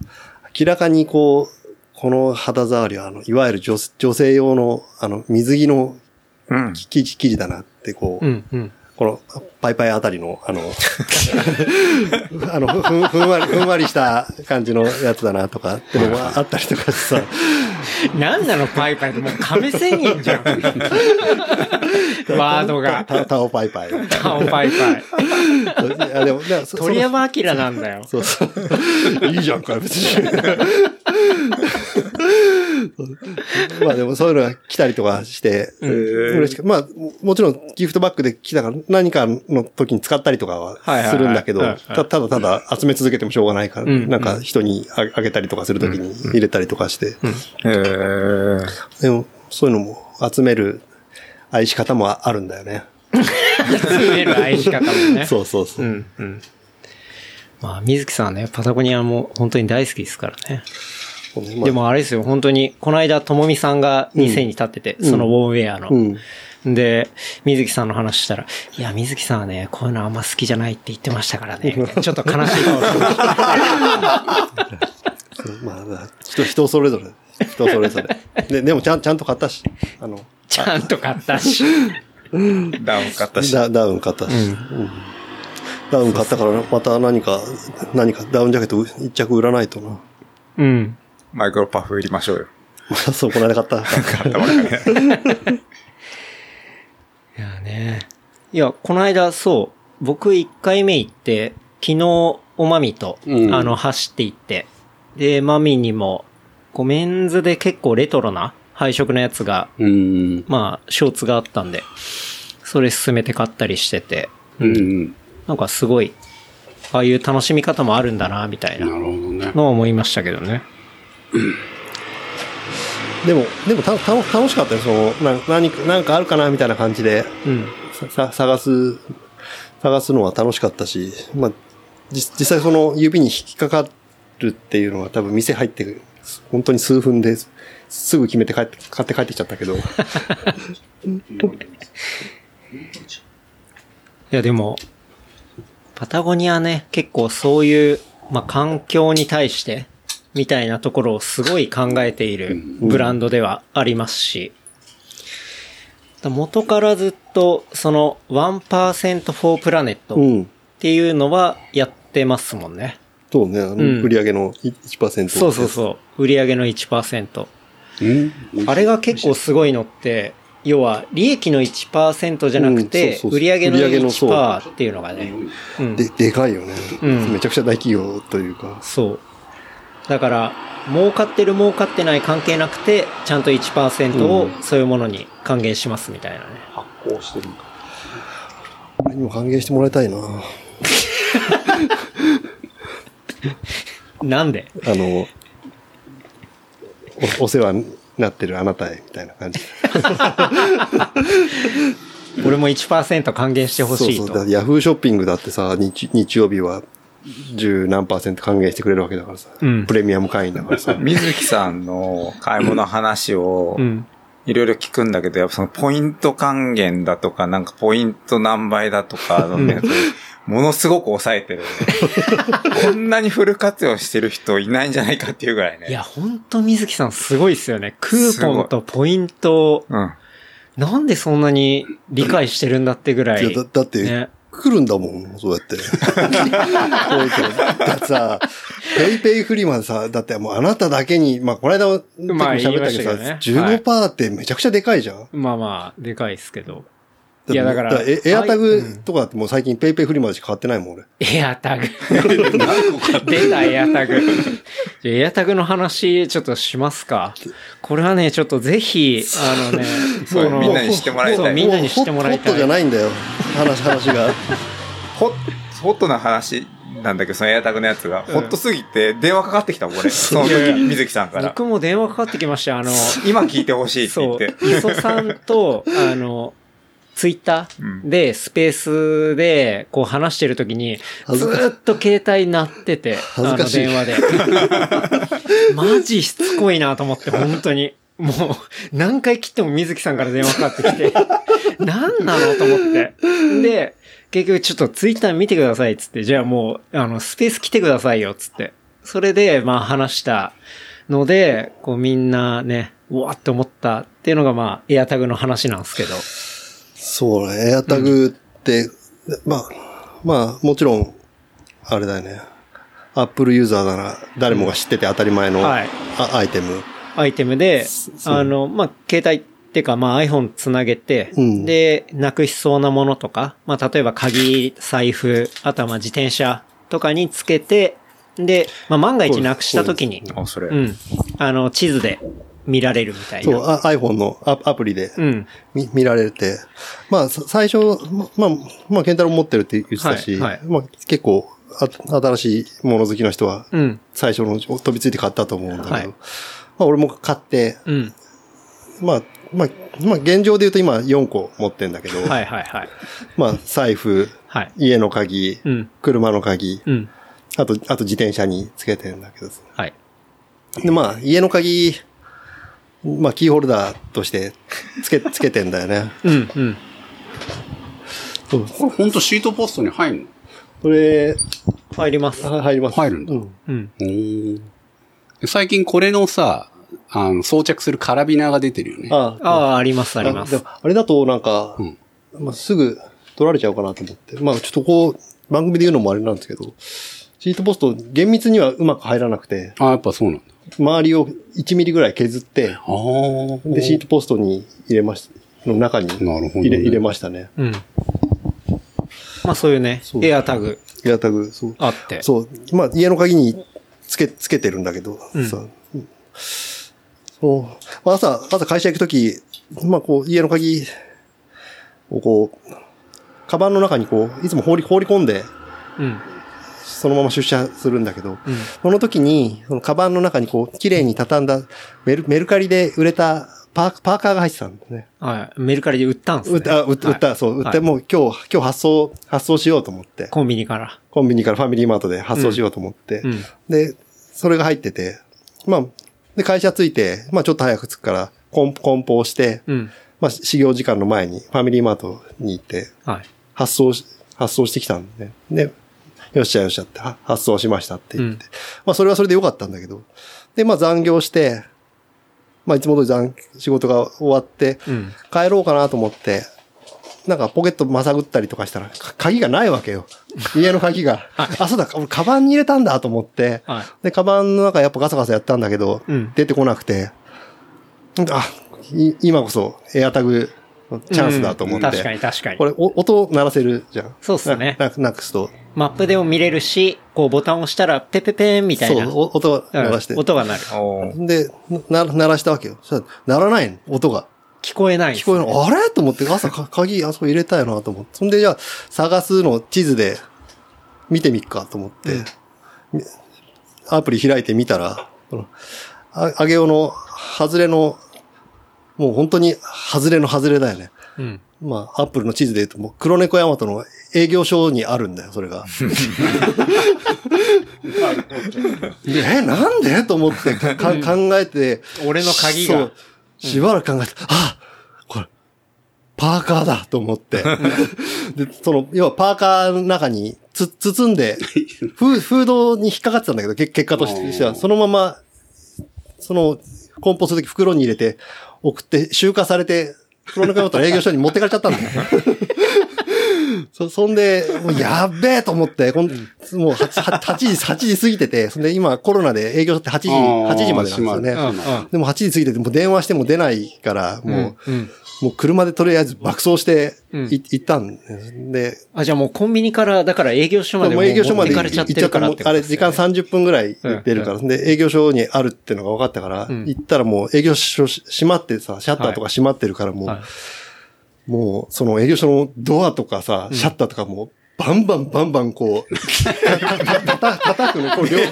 明らかにこう、この肌触りは、あの、いわゆる女女性用の、あの、水着の
うん。
生地、生地だなって、こう、
うん。うん。
この、パイパイあたりの、あ の、あのふん、ふんわり、ふんわりした感じのやつだなとかってのがあったりとかしてさ、
なんなのパイパイってもう亀仙人じゃん。ワードが。
タタオパイ パイ。
顔パイパイ。
あでも、だからそ
鳥山明なん だよ。
そう そう。いいじゃんか、別に。まあでもそういうのが来たりとかして、嬉しく。まあ、ももちろんギフトバッグで来たから何かの時に使ったりとか
はいはいは
はいするんだけど、
はいはい
たただただ集め続けてもしょうがないから、
うん
なんか人にああげたりとかする時に入れたりとかして、
えー。
でもそういうのも集める愛し方もああるんだよね。
詰める愛し方もね。
そうそうそうう。
んうん。まあ、水木さんはね、パタゴニアも本当に大好きですからね。
まあ
で、もあれですよ、本当に、この間、ともみさんが店に立ってて、そのウォームウェアの。
うん。
で、水木さんの話したら、いや、水木さんはね、こういうのあんま好きじゃないって言ってましたからね。 みたいなちょっと悲しい顔してま
そうまあ、人、人それぞれ。人それぞ れ。で、でもちゃん、ちゃんと買ったし、あの、
ちゃんと買ったし。
ダウン買ったし。
ダダウン買ったし、うんダウン買ったから、また何か、何かダウンジャケット一着売らないとな。 ま
うん。
マイクロパフ売りましょうよ。
あそう、この間買った。
買ったばっかりね。
いやね。いや、この間、そう、僕1回目行って、昨日、おまみと、
うん
あの、走って行って、で、まみにも、こう、メンズで結構レトロな配色のやつが、
うん。
まあ、ショーツがあったんで、それ進めて買ったりしてて、
うん。
なんかすごい、ああいう楽しみ方もあるんだな、みたい
なる
な
ほどね。
のは思いましたけどね。
でも、でもた、たの楽しかったよ。その、な何か、なんかあるかなみたいな感じで、
うん。
ささ探す、探すのは楽しかったし、まあ、じ実際その指に引っかかるっていうのは多分店入って、本当に数分ですすぐ決めて帰って、買って帰ってきちゃったけ ど。
いや、でも、パタゴニアね、結構そういう、まあ、環境に対して、みたいなところをすごい考えているブランドではありますし、だ元からずっと、その、1% for planet
う
っ
ん。
ていうのはやってますもんね。
そうね、あの
ん
売り上げのい1%。
そうそうそう。売り上げの1%。
うん。
あれが結構すごいのって、要は、利益の1%じゃなく
うん
て
そ、うそうそう
売り上げの
売り上げのそう
1%っていうのがね。うん
で、でかいよね。
うん
めちゃくちゃ大企業というか。
そう。だから、儲かってる儲かってない関係なくて、ちゃんと1%をそういうものに還元しますみたいなね。
発行してるんだ。
俺にも還元してもらいたいな。あ
なんで
の、おお世話になってるあなたへ、みたいな感じ。
俺も1%還元してほしい
そうそ
と。
う。だからヤフーショッピングだってさ、日日曜日は十何パーセント還元してくれるわけだからさ。
うん
プレミアム会員だからさ。
水木さんの買い物の話を
う、ん。
いろいろ聞くんだけど、やっぱそのポイント還元だとか、なんかポイント何倍だとかのね、ものすごく抑えてる、ね。 こんなにフル活用してる人いないんじゃないかっていうぐらいね。
いや、ほんと水木さんすごいっすよね。クーポンとポイントを、
うん。
なんでそんなに理解してるんだってぐら
い
い。
やだだって、
ね
来るんだもん、そうやっ て。こういうのだってさ、ペイペイフリマさ、だってもうあなただけに、まあこの間も時も
まあ
喋ったけ
言いましたけ
ど
ど
さ、
ね
15%ってめちゃくちゃでかいじゃん。
まあまあ、でかいっすけど。いやだから
えエアタグとかだってもう最近ペイペイフリマでしか買ってないもん、俺。
エアタグ。出た、エアタグ。じゃあエアタグの話、ちょっとしますか。これはね、ちょっとぜひ、あのね、
そう
この
みんなに知ってもらいたい
そうみんなに知ってもらいた
ホットじゃ
い。
ないんだよ、話、話が。
ホッホットな話なんだけど、そのエアタグのやつが、ホットすぎて電話かかってきたもん、俺。その時に水木さんから。
僕も電話かかってきましたよあの、
今聞いてほしいって言
そ
っ
う、
て。
磯さんと、あの、ツイッターで、スペースで、こう話してるときに、
恥
ず
ずか
ーっと携帯鳴ってて、
ず
あの、
かしい
電話で。 マジしつこいなと思って、本当に。もう、何回切っても水木さんから電話かか ってきて、何なのと思って。で、結局ちょっとツイッター見てくださいっつって、じゃあもう、あの、スペース来てくださいよっつって。それで、まあ話したので、こうみんなね、うわーって思ったっていうのがまあ、エアタグの話なんですけど。
そうね、エアタグって、まあ、まあ、もちろん、あれだよね。アップルユーザーなら誰もが知ってて当たり前の、
はい
あアイテム。
アイテムで、あの、まあ、携帯っていうか、まあ、iPhone つなげて、
うん
で、なくしそうなものとか、まあ、例えば鍵、財布、あとはまあ、自転車とかにつけて、で、まあ、万が一なくした時に、
あ、それ。
うん、あの、地図で見られるみたい
そう、
な。
あ iPhone のアアプリで
うん。
見見られて。まあ、さ最初、まあ、まあ、ケンタロウ持ってるって言ってたし、
はいはい
まあ、結構、あ新しいもの好きの人は、
うん。
最初のうち飛びついて買ったと思うんだけど、
はい
まあ、俺も買って、
うん。
まあ、まあ、まあ、現状で言うと今4個持ってんだけど、
はいはいはい。
まあ、財布、
はい。
家の鍵、
うん。
車の鍵、
うん。
あと、あと自転車につけてんだけどさ
はい。
で、まあ、家の鍵、まあ、キーホルダーとしてつけ、つけてんだよね。
うん。うん。
そう。
これ本当シートポストに入るの
それ、
入ります。
は入ります。
入るんだ
うん。
うん。
おー最近これのさ、あの、装着するカラビナが出てるよね。
あ
ああ、あります、ありま
あ
す
で。もあれだとなんか、
うん
まあ、すぐ取られちゃうかなと思って。まあ、ちょっとこう、番組で言うのもあれなんですけど、シートポスト厳密にはうまく入らなくて、
あ、やっぱそうなんだ。
周りを1ミリぐらい削って、
ああ。
で、シートポストに入れました、の中に入
なるほどね
れ,、入れましたね。
うん。まあ、そういうね、
そう
エアタグ
エアタグ、そう。
あって。
そう。まあ、家の鍵につけ、つけてるんだけど、
うん
さうんそう。まあ、朝、朝会社行くとき、まあ、こう、家の鍵をこう、カバンの中にこう、いつも放り、放り込んで、
うん。
そのまま出社するんだけど、
うん。
その時に、そのカバンの中にこう、綺麗に畳んだ、メル、メルカリで売れたパー、パーカーが入ってたんだね。
はい。メルカリで売ったんですね。
売った、売った、売っ
は
た
い
そう、売っ
は
て、
い
もう今日、今日発送、発送しようと思って、
コンビニから。
コンビニからファミリーマートで発送しようと思って、
うん。
で、それが入ってて、まあ、で、会社着いて、まあちょっと早く着くから、梱梱包して、
うん。
まあ、始業時間の前にファミリーマートに行って、
はい。
発送し、発送してきたんで、ね。で、よっしゃよっしゃって、は発送しましたって言って。まあ、それはそれでよかったんだけど。で、まあ、残業して、まあ、いつも通り残、仕事が終わって、
うん。
帰ろうかなと思って、なんかポケットまさぐったりとかしたら、か鍵がないわけよ。家の鍵 が。あ、そうだ、俺カバンに入れたんだと思って、
はい。
で、カバンの中やっぱガサガサやったんだけど、
うん
出てこなくて、あ、い今こそエアタグチャンスだと思って。
確かに確かに
こ。れ、お音鳴らせるじゃん。
そうっすね
なななくすと。
マップでも見れるし、こうボタンを押したら、ペペペーンみたい
そう
な。、
お音
うん
鳴らして。
音が鳴る。
おー
で、な鳴らしたわけよ。そしたら鳴らないの、音が。
聞こえないんで
聞
す
こ
ね、
えるの、あれと思って、朝か鍵あそこ入れたよなと思って。そんで、じゃあ、探すのを地図で見てみっかと思って、みアプリ開いてみたら、このあ、あげおの、外れの、もう本当に、外れの外れだよね。
うん。
まあ、アップルの地図で言うと、もう黒猫ヤマトの営業所にあるんだよ、それ が。でえ、なんでと思ってかか考えて。
俺の鍵が
そう。しばらく考えて、あこれ、パーカーだと思って。で、その、要はパーカーの中につ包んで、フーフードに引っかかってたんだけど、け結果としては、そのまま、その、梱包するとき袋に入れて、送って、集荷されて、黒猫ヤマトの営業所に持ってかれちゃったんだよ。そ、そんで、もうやっべえと思って、こんもう8、8時、8時過ぎてて、そんで今コロナで営業所って8時、
あー
8時までなんですよね。
閉まる
でも8時過ぎてて、もう電話しても出ないから、
うん。
も
うん。うん。
う、もう車でとりあえず爆走してい、
うん
行ったんですで、
あ、じゃあもうコンビニから、だから営業所まで
もう
もう
営業所
持
まで行
ってかれ
っ
ち
ち
ゃ
ゃっ
っ
てて
る
るか
か
らら
っ
ってて
こ
こととですすねあ
でね
れ、時間30分ぐらい行ってるから、で、営業所にあるってのが分かったから、
うん
行ったらもう営業所閉まってさ、シャッターとか閉まってるから、もう、
はい
もう、その営業所のドアとかさ、シャッターとかもう、バンバンバンバンこう、たた叩くの、こう両両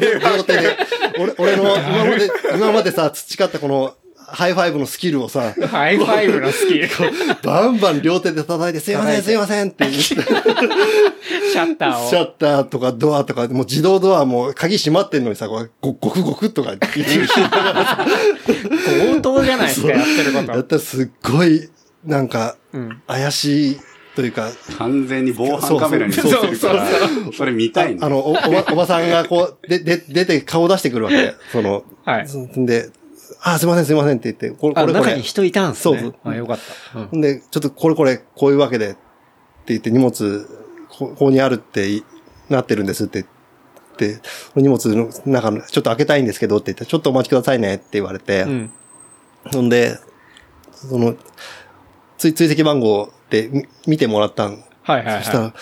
手で。俺、俺の今まで、今までさ、培ったこの、ハイファイブのスキルをさ、
ハイファイブのス キル。シ
バンバン両手で叩いて、すいません、すいませんって言って。
ャッターを。
シャッターとかドアとか、もう自動ドアも鍵閉まってんのにさ、こうご、ごくごくとか言って、
強盗じゃないですか、やってること。
やったらすっごい、なんか、
ん
怪しいというか、
完全に防犯カメラに映ってるから、それ見たいね
あの、お、おば、おばさんがこう、で、で、出て顔出してくるわけ。その、
はい
そんで、あ、すいません、すいませんって言って、これ、
あ、
これ、こ
中
れ
に。人いたんすね。
そう
あ、よかった。うん
ほんで、ちょっとこれこれ、こういうわけで、って言って荷物、こここにあるってい、なってるんですって言って、荷物の中の、ちょっと開けたいんですけどって言って、ちょっとお待ちくださいねって言われて、
うん。
ほんで、その、追追跡番号でみ見てもらったん。
はいはい
そした
は
ら、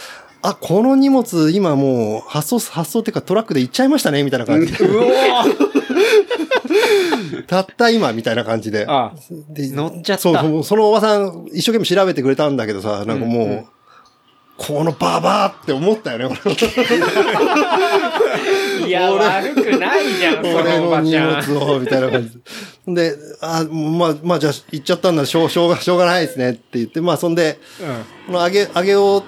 あ、この荷物、今もう、発送す、発送っていうかトラックで行っちゃいましたね、みたいな感じ
い。うおー
たった今、みたいな感じで。
あ、
で
乗っちゃった
そうそう、そのおばさん、一生懸命調べてくれたんだけどさ、なんかもう、
うんうん
このババーって思ったよね、俺
いや、
俺
悪くないじゃん、そ
俺
のお
の
ば
荷
ちゃん。
物を、みたいな感じで。で、あ、まあ、まあ、じゃあ、行っちゃったんだ、しょう、しょうが、しょうがないですねって言って、まあ、そんで、このあげ、あげお、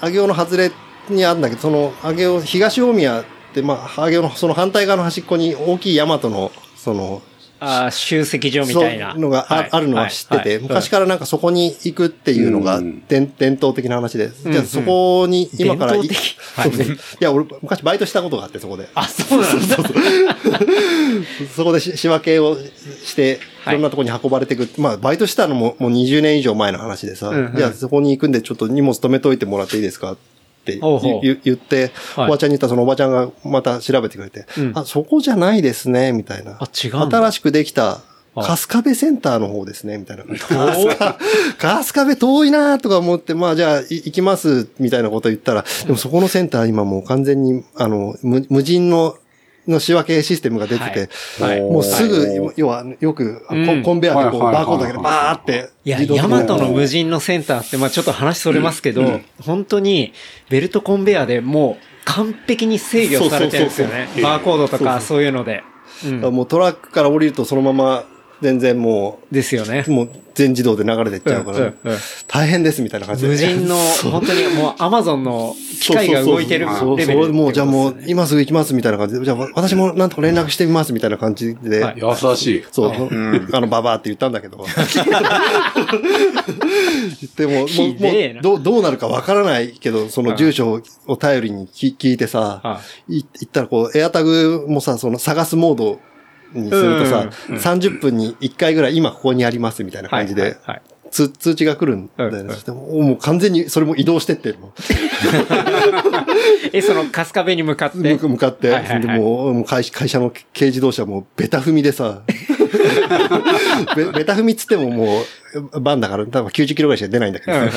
あげおの外れにあるんだけど、その、あげお、東大宮って、まあ、あげおのその反対側の端っこに大きい大和の、その、
あー集積所みたいな。
そうのがあ,、
はい
あるのは知ってて、
はいはい
昔からなんかそこに行くっていうのが
うん
伝伝統的な話で、
ん
じゃあそこに今から
伝統的
そうそういや、俺昔バイトしたことがあって、そこで。
あ、そうなんだ。
そこでし仕分けをして、い
はい
ろんなとこに運ばれていく。まあ、バイトしたのももう20年以上前の話でさ、
うんうん
じゃあそこに行くんでちょっと荷物止めといてもらっていいですかって
ほうほう
ゆゆ言って、
はい
おばちゃんに言ったらそのおばちゃんがまた調べてくれて、
うん
あ、そこじゃないですね、みたいな。
あ、違うんだ。
新しくできた、
あ
カスカベセンターの方ですね、み たいな。 カスカベ遠いなとか思って、まあじゃあい行きます、みたいなこと言ったら、でもそこのセンター今もう完全に、あの、無無人の、の仕分けシステムが出てて、
はい
もうす
はい
ぐ、要は、よく、コ
うん
ンコンベアでこう、
はいは
バ
いはい
ーコードだけでバーって、
いや、
自動的
ヤ
に
マトの無人のセンターって、まあちょっと話それますけど、本当にベルトコンベアでもう完璧に制御されてるんですよね
そうそうそうそ。う
バーコードとかそういうので。うん
もうトラックから降りるとそのまま、全然も
ですよね
う、。もう全自動で流れていっちゃうから、
うんうんうん
大変ですみたいな感じで。
無人の、本当にもうアマゾンの機械が動いてる
そう
レ
そ
ベ
う
ル。
そうもう、じゃあもう、今すぐ行きますみたいな感じで、じゃあ私もなんとか連絡してみますみたいな感じで、
はい
優しい。
そう、あの、ババアって言ったんだけ ど。でも、も
ひでえ
うも
な
うどう、どうなるかわからないけど、その住所を頼りに聞聞いて
は
さ、い行ったらこう、エアタグもさ、その探すモードにするとさ、
うん
30分に1回ぐらい今ここにありますみたいな
はい
感じで、
はい
通通知が来るんだよね。
うんうん
そしてもうもう完全にそれも移動してってるの。
え、その、春日部に向かって。
向向かって、
はいはいはい
でもうもう会社会社の軽自動車もベタ踏みでさ、ベベタ踏みっつってももう、バンだから、多分90キロぐらいしか出ないんだけど
うんうん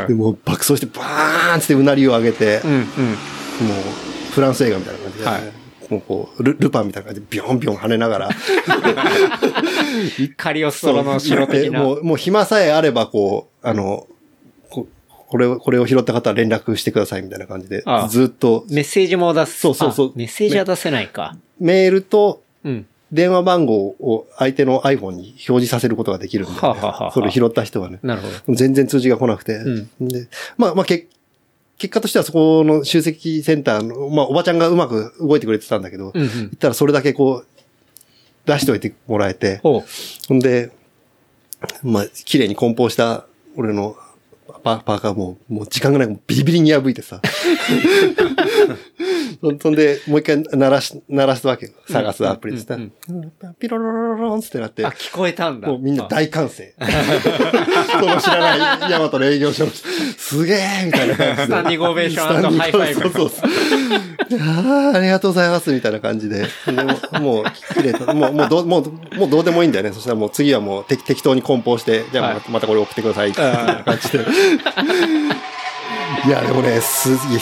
うん
でもう爆走して、バーンっつってうなりを上げて、
うんうん。
もう、フランス映画みたいな感じで、
はい
もうこうル、ルパンみたいな感じで、ビョンビョン跳ねな がら、
カリオストロの城的な。
もう、もう暇さえあれば、こう、あの、ここれを、これを拾った方は連絡してくださいみたいな感じで
ああ、
ずっと
メッセージも出す。
そうそうそう
あメッセージは出せないか。
メールと
うん。
電話番号を相手の iPhone に表示させることができるんで、
はあはあはあ
それ拾った人はね。
なるほど。
全然通知が来なくて。
う
で、まあまあ結、結果としてはそこの集積センターの、まあおばちゃんがうまく動いてくれてたんだけど、
うんう
行
ん
っ。たらそれだけこう、出しといてもらえて、
ほう。
ほんで、まあ、綺麗に梱包した俺のパパーカーも、もう時間がなくビリビリに破いて さ。そそんで、もう一回鳴らし、鳴らすわけよ。探すアプリでさ。
うん
ピロロロロロンつってなって
あ、、聞こえたんだ。
もうみんな
あ
大歓声。人の知らないヤマトの営業所の人すげえみたいな感じで。
スタンディングオベーションハイファイブ
そうそうそうああ、ありがとうございます、みたいな感じで。でもう、もう、綺麗と、もう、もうどう、もう、もうどうでもいいんだよね。そしたらもう次はもう適適当に梱包して、じゃあまたまたこれ送ってください、みたいな感じで。いや、でもね、すげえ、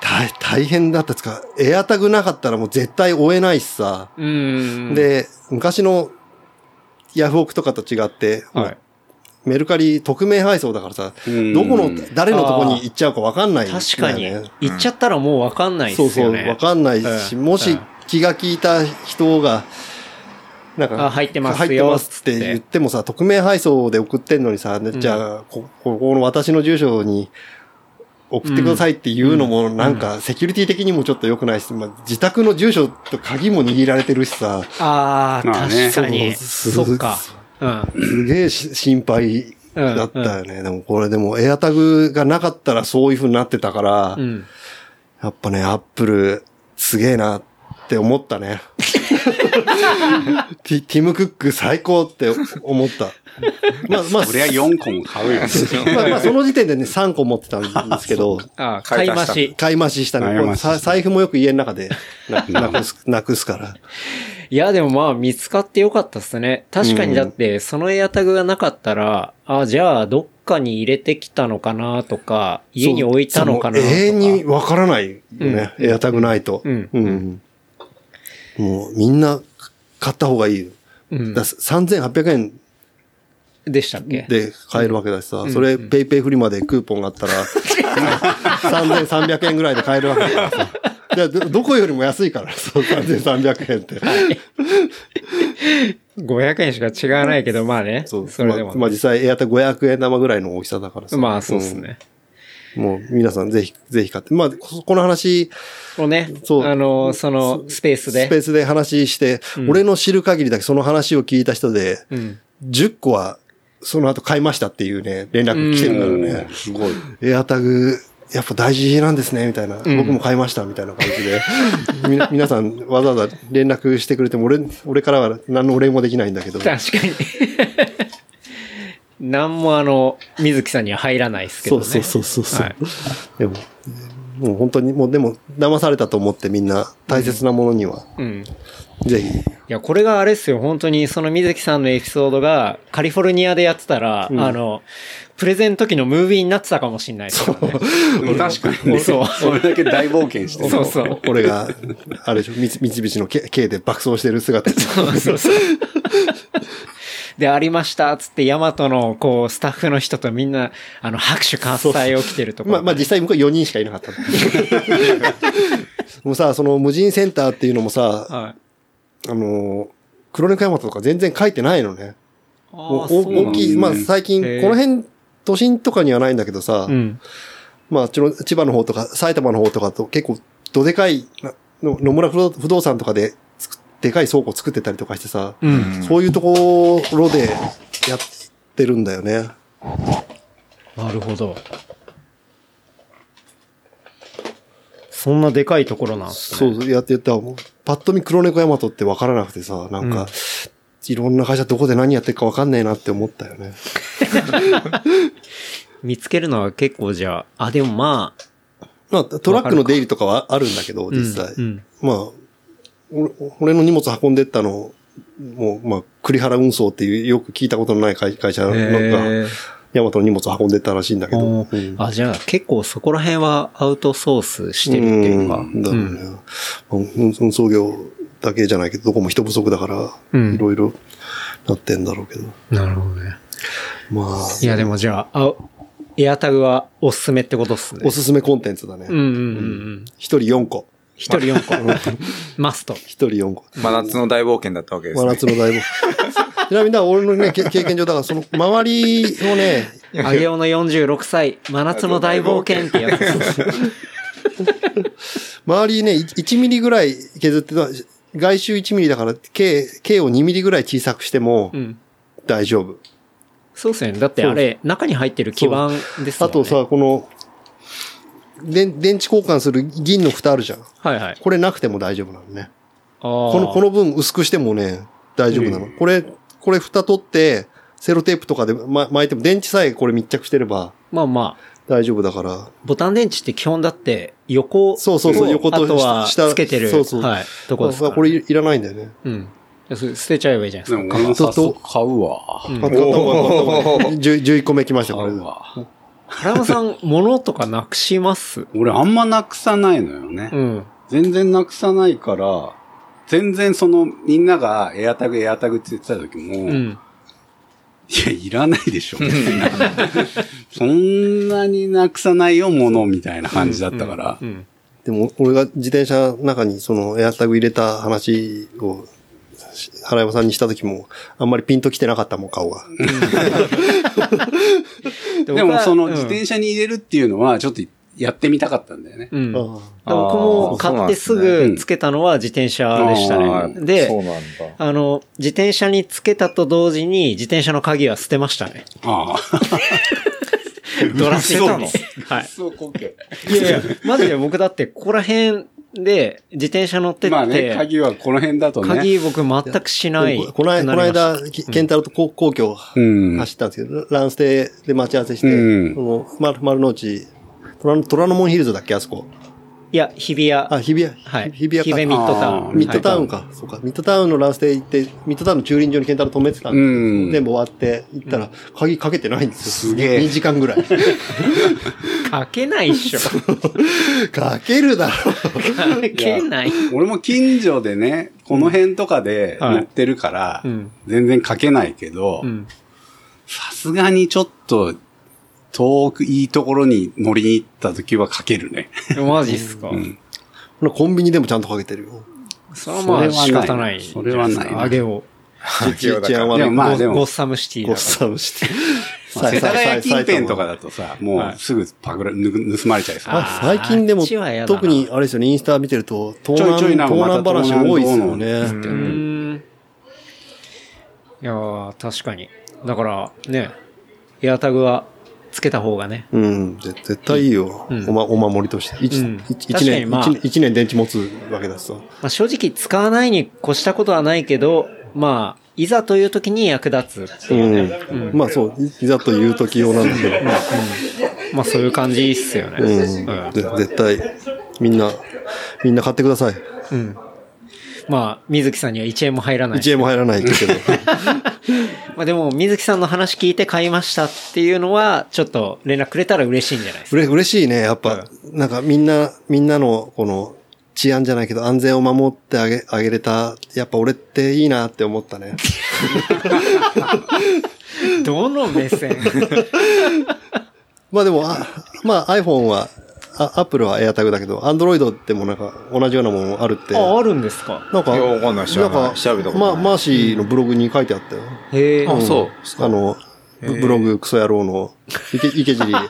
大大変だったっつうか、エアタグなかったらもう絶対追えないしさ。
うーん。、
で、昔のヤフオクとかと違って、
はい
メルカリ匿名配送だからさ、
うん
どこの、誰のとこに行っちゃうかわかんないんだよね、
確かに。行っちゃったらもうわかんない
そ
で
う
す
そう、
よね。
わかんないし、もし気が利いた人が、なん
あ
か、
入ってますよ
入ってますって言ってもさ、匿名配送で送ってんのにさ、じゃあ、こここの私の住所に送ってくださいっていうのも、なんか、セキュリティ的にもちょっと良くないし、まあ、自宅の住所と鍵も握られてるしさ、
ああ、
まあね
確かに。
そう
そ
そう
っか。うん。
すげえし心配だったよね。でもこれでもエアタグがなかったらそういう風になってたから、
うん。
やっぱね、アップルすげえなって思った ね。ティティム・クック最高って思った。まあまあ、
俺は4個も買うよ。
まあまあその時点でね、3個持ってたんですけど、
ああ、買
買
い
い
増
足した
し。
買い増ししたね。
買い
こ
増
れ
し
さ財布もよく家の中でななくすなくすから。
いや、でもまあ、見つかってよかったっすね。確かにだって、そのエアタグがなかったら、あじゃあ、どっかに入れてきたのかなとか、家に置いたのかなと
そ
か。
う永遠にわからないよね。エアタグないと。
うん
うんもうみんな買った方がいいよ。
うん
だ3800円
でしたっけ
で買えるわけだしさ、それペイペイフリマでクーポンがあったら、3300円ぐらいで買えるわけだからさ。い やど、どこよりも安いから、そう、3300円って。
500円しか違わないけど、まあね。
そう、
それでも。
まあ、まあ実際エアタグ500円玉ぐらいの大きさだからさ。
まあ、そうですね。
うん。もう皆さんぜひ、ぜひ買って。まあ、ここの話、
をね、
そう
あの、その、スペースで。
スペースで話して、俺の知る限りだけその話を聞いた人で、
うん。
10個はその後買いましたっていうね、連絡来てるからね。
すごい。
エアタグ、やっぱ大事なんですね、みたいな。
ん
僕も買いました、みたいな感じで。 みな皆さんわざわざ連絡してくれても、俺、俺からは何のお礼もできないんだけど。
確かに。 なんもあの、水木さんには入らないですけど
そう
ね。
そうそうそうそう。
はい
でも、もう本当に、もうでも、騙されたと思ってみんな大切なものには、
うん。い
ぜひ。
や、これがあれですよ。本当に、その水木さんのエピソードが、カリフォルニアでやってたら、あの、プレゼン時のムービーになってたかもしれないですからね。
確かにね。
そう
それだけ大冒険してる
そうそう。
俺が、あれでしょ、三三菱の K K で爆走してる姿。
そうそうそう。で、ありましたっつって、ヤマトの、こう、スタッフの人とみんな、あの、拍手喝采起きてるとこ
まあ、まあ実際向こう4人しかいな かった。もうさ、その無人センターっていうのもさ、
はい。
あの、黒猫山とか全然書いてないのね。
あ
お
ーそうな
大
ん
だ
だ
きい、まあ最近、
へー
この辺、都心とかにはないんだけどさ
う、ん。
まああっちの千葉の方とか埼玉の方とかと結構どでかい、なの野村不動不動産とかでつく、でかい倉庫作ってたりとかしてさ、
うん。
そういうところでやってるんだよね。
なるほど。そんなでかいところなんですね。
そうそう、やってやったわ。もうパッと見黒猫ヤマトって分からなくてさ、なんか、
うん
いろんな会社どこで何やってるか分かんねえなって思ったよね。
見つけるのは結構じゃあ、あ、でもまあ、
まあ、トラックの出入りとかはあるんだけど、
うん
実際。
うん
まあ、俺俺の荷物運んでったのもう、まあ、栗原運送っていうよく聞いたことのない会会社
へ
なん
ー
か、ヤマトの荷物運んでたらしいんだけ
お
ど。
ーあ、じゃあ結構そこら辺はアウトソースしてるっていうか。
んだからねうん運送業だけじゃないけど、どこも人不足だか
うん
ら、いろいろなってんだろうけど。
なるほどね。
まあ、
いや、でもじゃあ、あエアタグはおすすめってことっすね。
おすすめコンテンツだね。
うんうんうんうん。
一、人4個。
一人4個。マスト。
一人4個。
真夏の大冒険だったわけです
真
ね。
夏の大冒 険。ちなみに、だから俺のね、け経験上、だからその周りをね、
あげおの46歳、真夏の大冒険ってやつ。
周りね、い1ミリぐらい削ってた、外周1ミリだから、径、径を2ミリぐらい小さくしても
うん。
大丈夫。
そうっすよね。だってあれ、中に入ってる基板ですも
あ
んね。
とさ、この、で電池交換する銀の蓋あるじゃん。
はいはい。
これなくても大丈夫なのね。
こ
この、この分薄くしてもね、大丈夫なの。これ、これ蓋取って、セロテープとかでま巻いても、電池さえこれ密着してれば
まあまあ、
大丈夫だから、
ボタン電池って基本だって横を
そうそうそう横と
あとは
下
つけてる。
そうそう
はい。とこですから
これいいらないんだよね。
うん。それ捨てちゃえばいいじゃないで
ですも
か。
俺も早速買うわ。
買った買った買 った10 11個目来ました、
買
これ
う。わ。
原山さん、物とかなくします
俺あんまなくさないのよね。
うん。
全然なくさないから、全然そのみんながエアタグエアタグって言ってた時も、
う
い
ん。
や、いらないでしょ。 そんなになくさないよ、ものみたいな感じだったから。
うん。
でも、俺が自転車の中にそのエアタグ入れた話を、し原山さんにした時も、あんまりピンと来てなかったもん、顔が。
で
でもその自
車
転車に入れるっていうのは、ちょっとやってみたかったんだよね。
うん。だ
あ
から僕も買ってすぐつけたのは自転車でした
あ
ね。
そう
で、
なんだ。
あの、自転車につけたと同時に、自転車の鍵は捨てましたね。
ああ。
ドラストに。
捨
はい。
そう、こけ。
いやいや、マジで僕だって、ここら辺で自転車乗ってって、
まあね、鍵はこの辺だとね。
鍵僕全くし
あ
ない。
ここの間、この間、きケンタロウとこ皇居を
うん。
走ったんですけど、ランステで待ち合わせして、
うん
その丸丸の内、虎の虎ノ門ヒルズだっけ、あそこ。
いや、日比
あ、
谷。
日比谷。
は
日
い。日
比
比
谷か
谷ミッドタウ
あー
ン。
ミッドタウンか、そうか。ミッドタウンのランステ行って、ミッドタウンの駐輪場にケンタロウ止めてたんで、
うん
全部終わって行ったら、鍵かけてないんですよ。
すげえ
2時間ぐらい。
はいかけないっしょ。
かけるだろう。
かけない。
俺も近所でね、この辺とかで
うん
乗ってるから、
うん
全然かけないけど
う、ん。
さすがにちょっと、遠くいいところに乗りに行った時はかけるね。
マジっすか。
コンビニでもちゃんとかけてる よ。
それはまあ仕方ない。
それはない
じゃですか上げを。
必要だか
治
ら
安
で
悪い
もまあで
ゴッ
も、
サムシティ
ご
だ
っ
か
さんして。
まあ世田谷近辺とか
だ。
だとさ、もうすぐパクら、ぬ盗まれちゃいそう。
あ
最近でも
あっちは嫌だ、な
特にあれですよね、インスタ見てると、東
ちょいちょい
南、
なんか
東南話
また
多いですよ
ん
ね。
ら。うーん。いやー、確かに。だから、ね、エアタグはつけた方がね。
うん、ぜ絶対いいよ。
ん
おま、お守りとして。一
うん
一一
確かに
年、
まあ
一年一年電池持つわけだしさ。
まあ、正直使わないに越したことはないけど、まあ、いざという時に役立つって
う
いうね。
ん。まあそう、いいざという時用なんだけど。
まあ、そういう感じっすよね。
う
うん
ん。ぜ絶対、みんな、みんな買ってください。
まあ、水木さんには1円も入らない。
1円も入らないけど。
まあでも、水木さんの話聞いて買いましたっていうのは、ちょっと連絡くれたら嬉しいんじゃないです
うれ、嬉しいね。やっぱ、なんかみんな、みんなの、この、治安じゃないけど、安全を守ってあげ、あげれた、やっぱ俺っていいなって思ったね。
か。 どの 目線
まあでも、あまあ iPhone は、あ Apple は AirTag だけど、Android でもなんか同じようなものあるって。
あ、あるんですか。
なんか、
いやわかんない知らない
んか
調べたことな
ま
い
あ、マーシーのブログに書いてあったよ。
へえ。
そう。あの、ブブログクソ野郎の、池池 尻。ブロ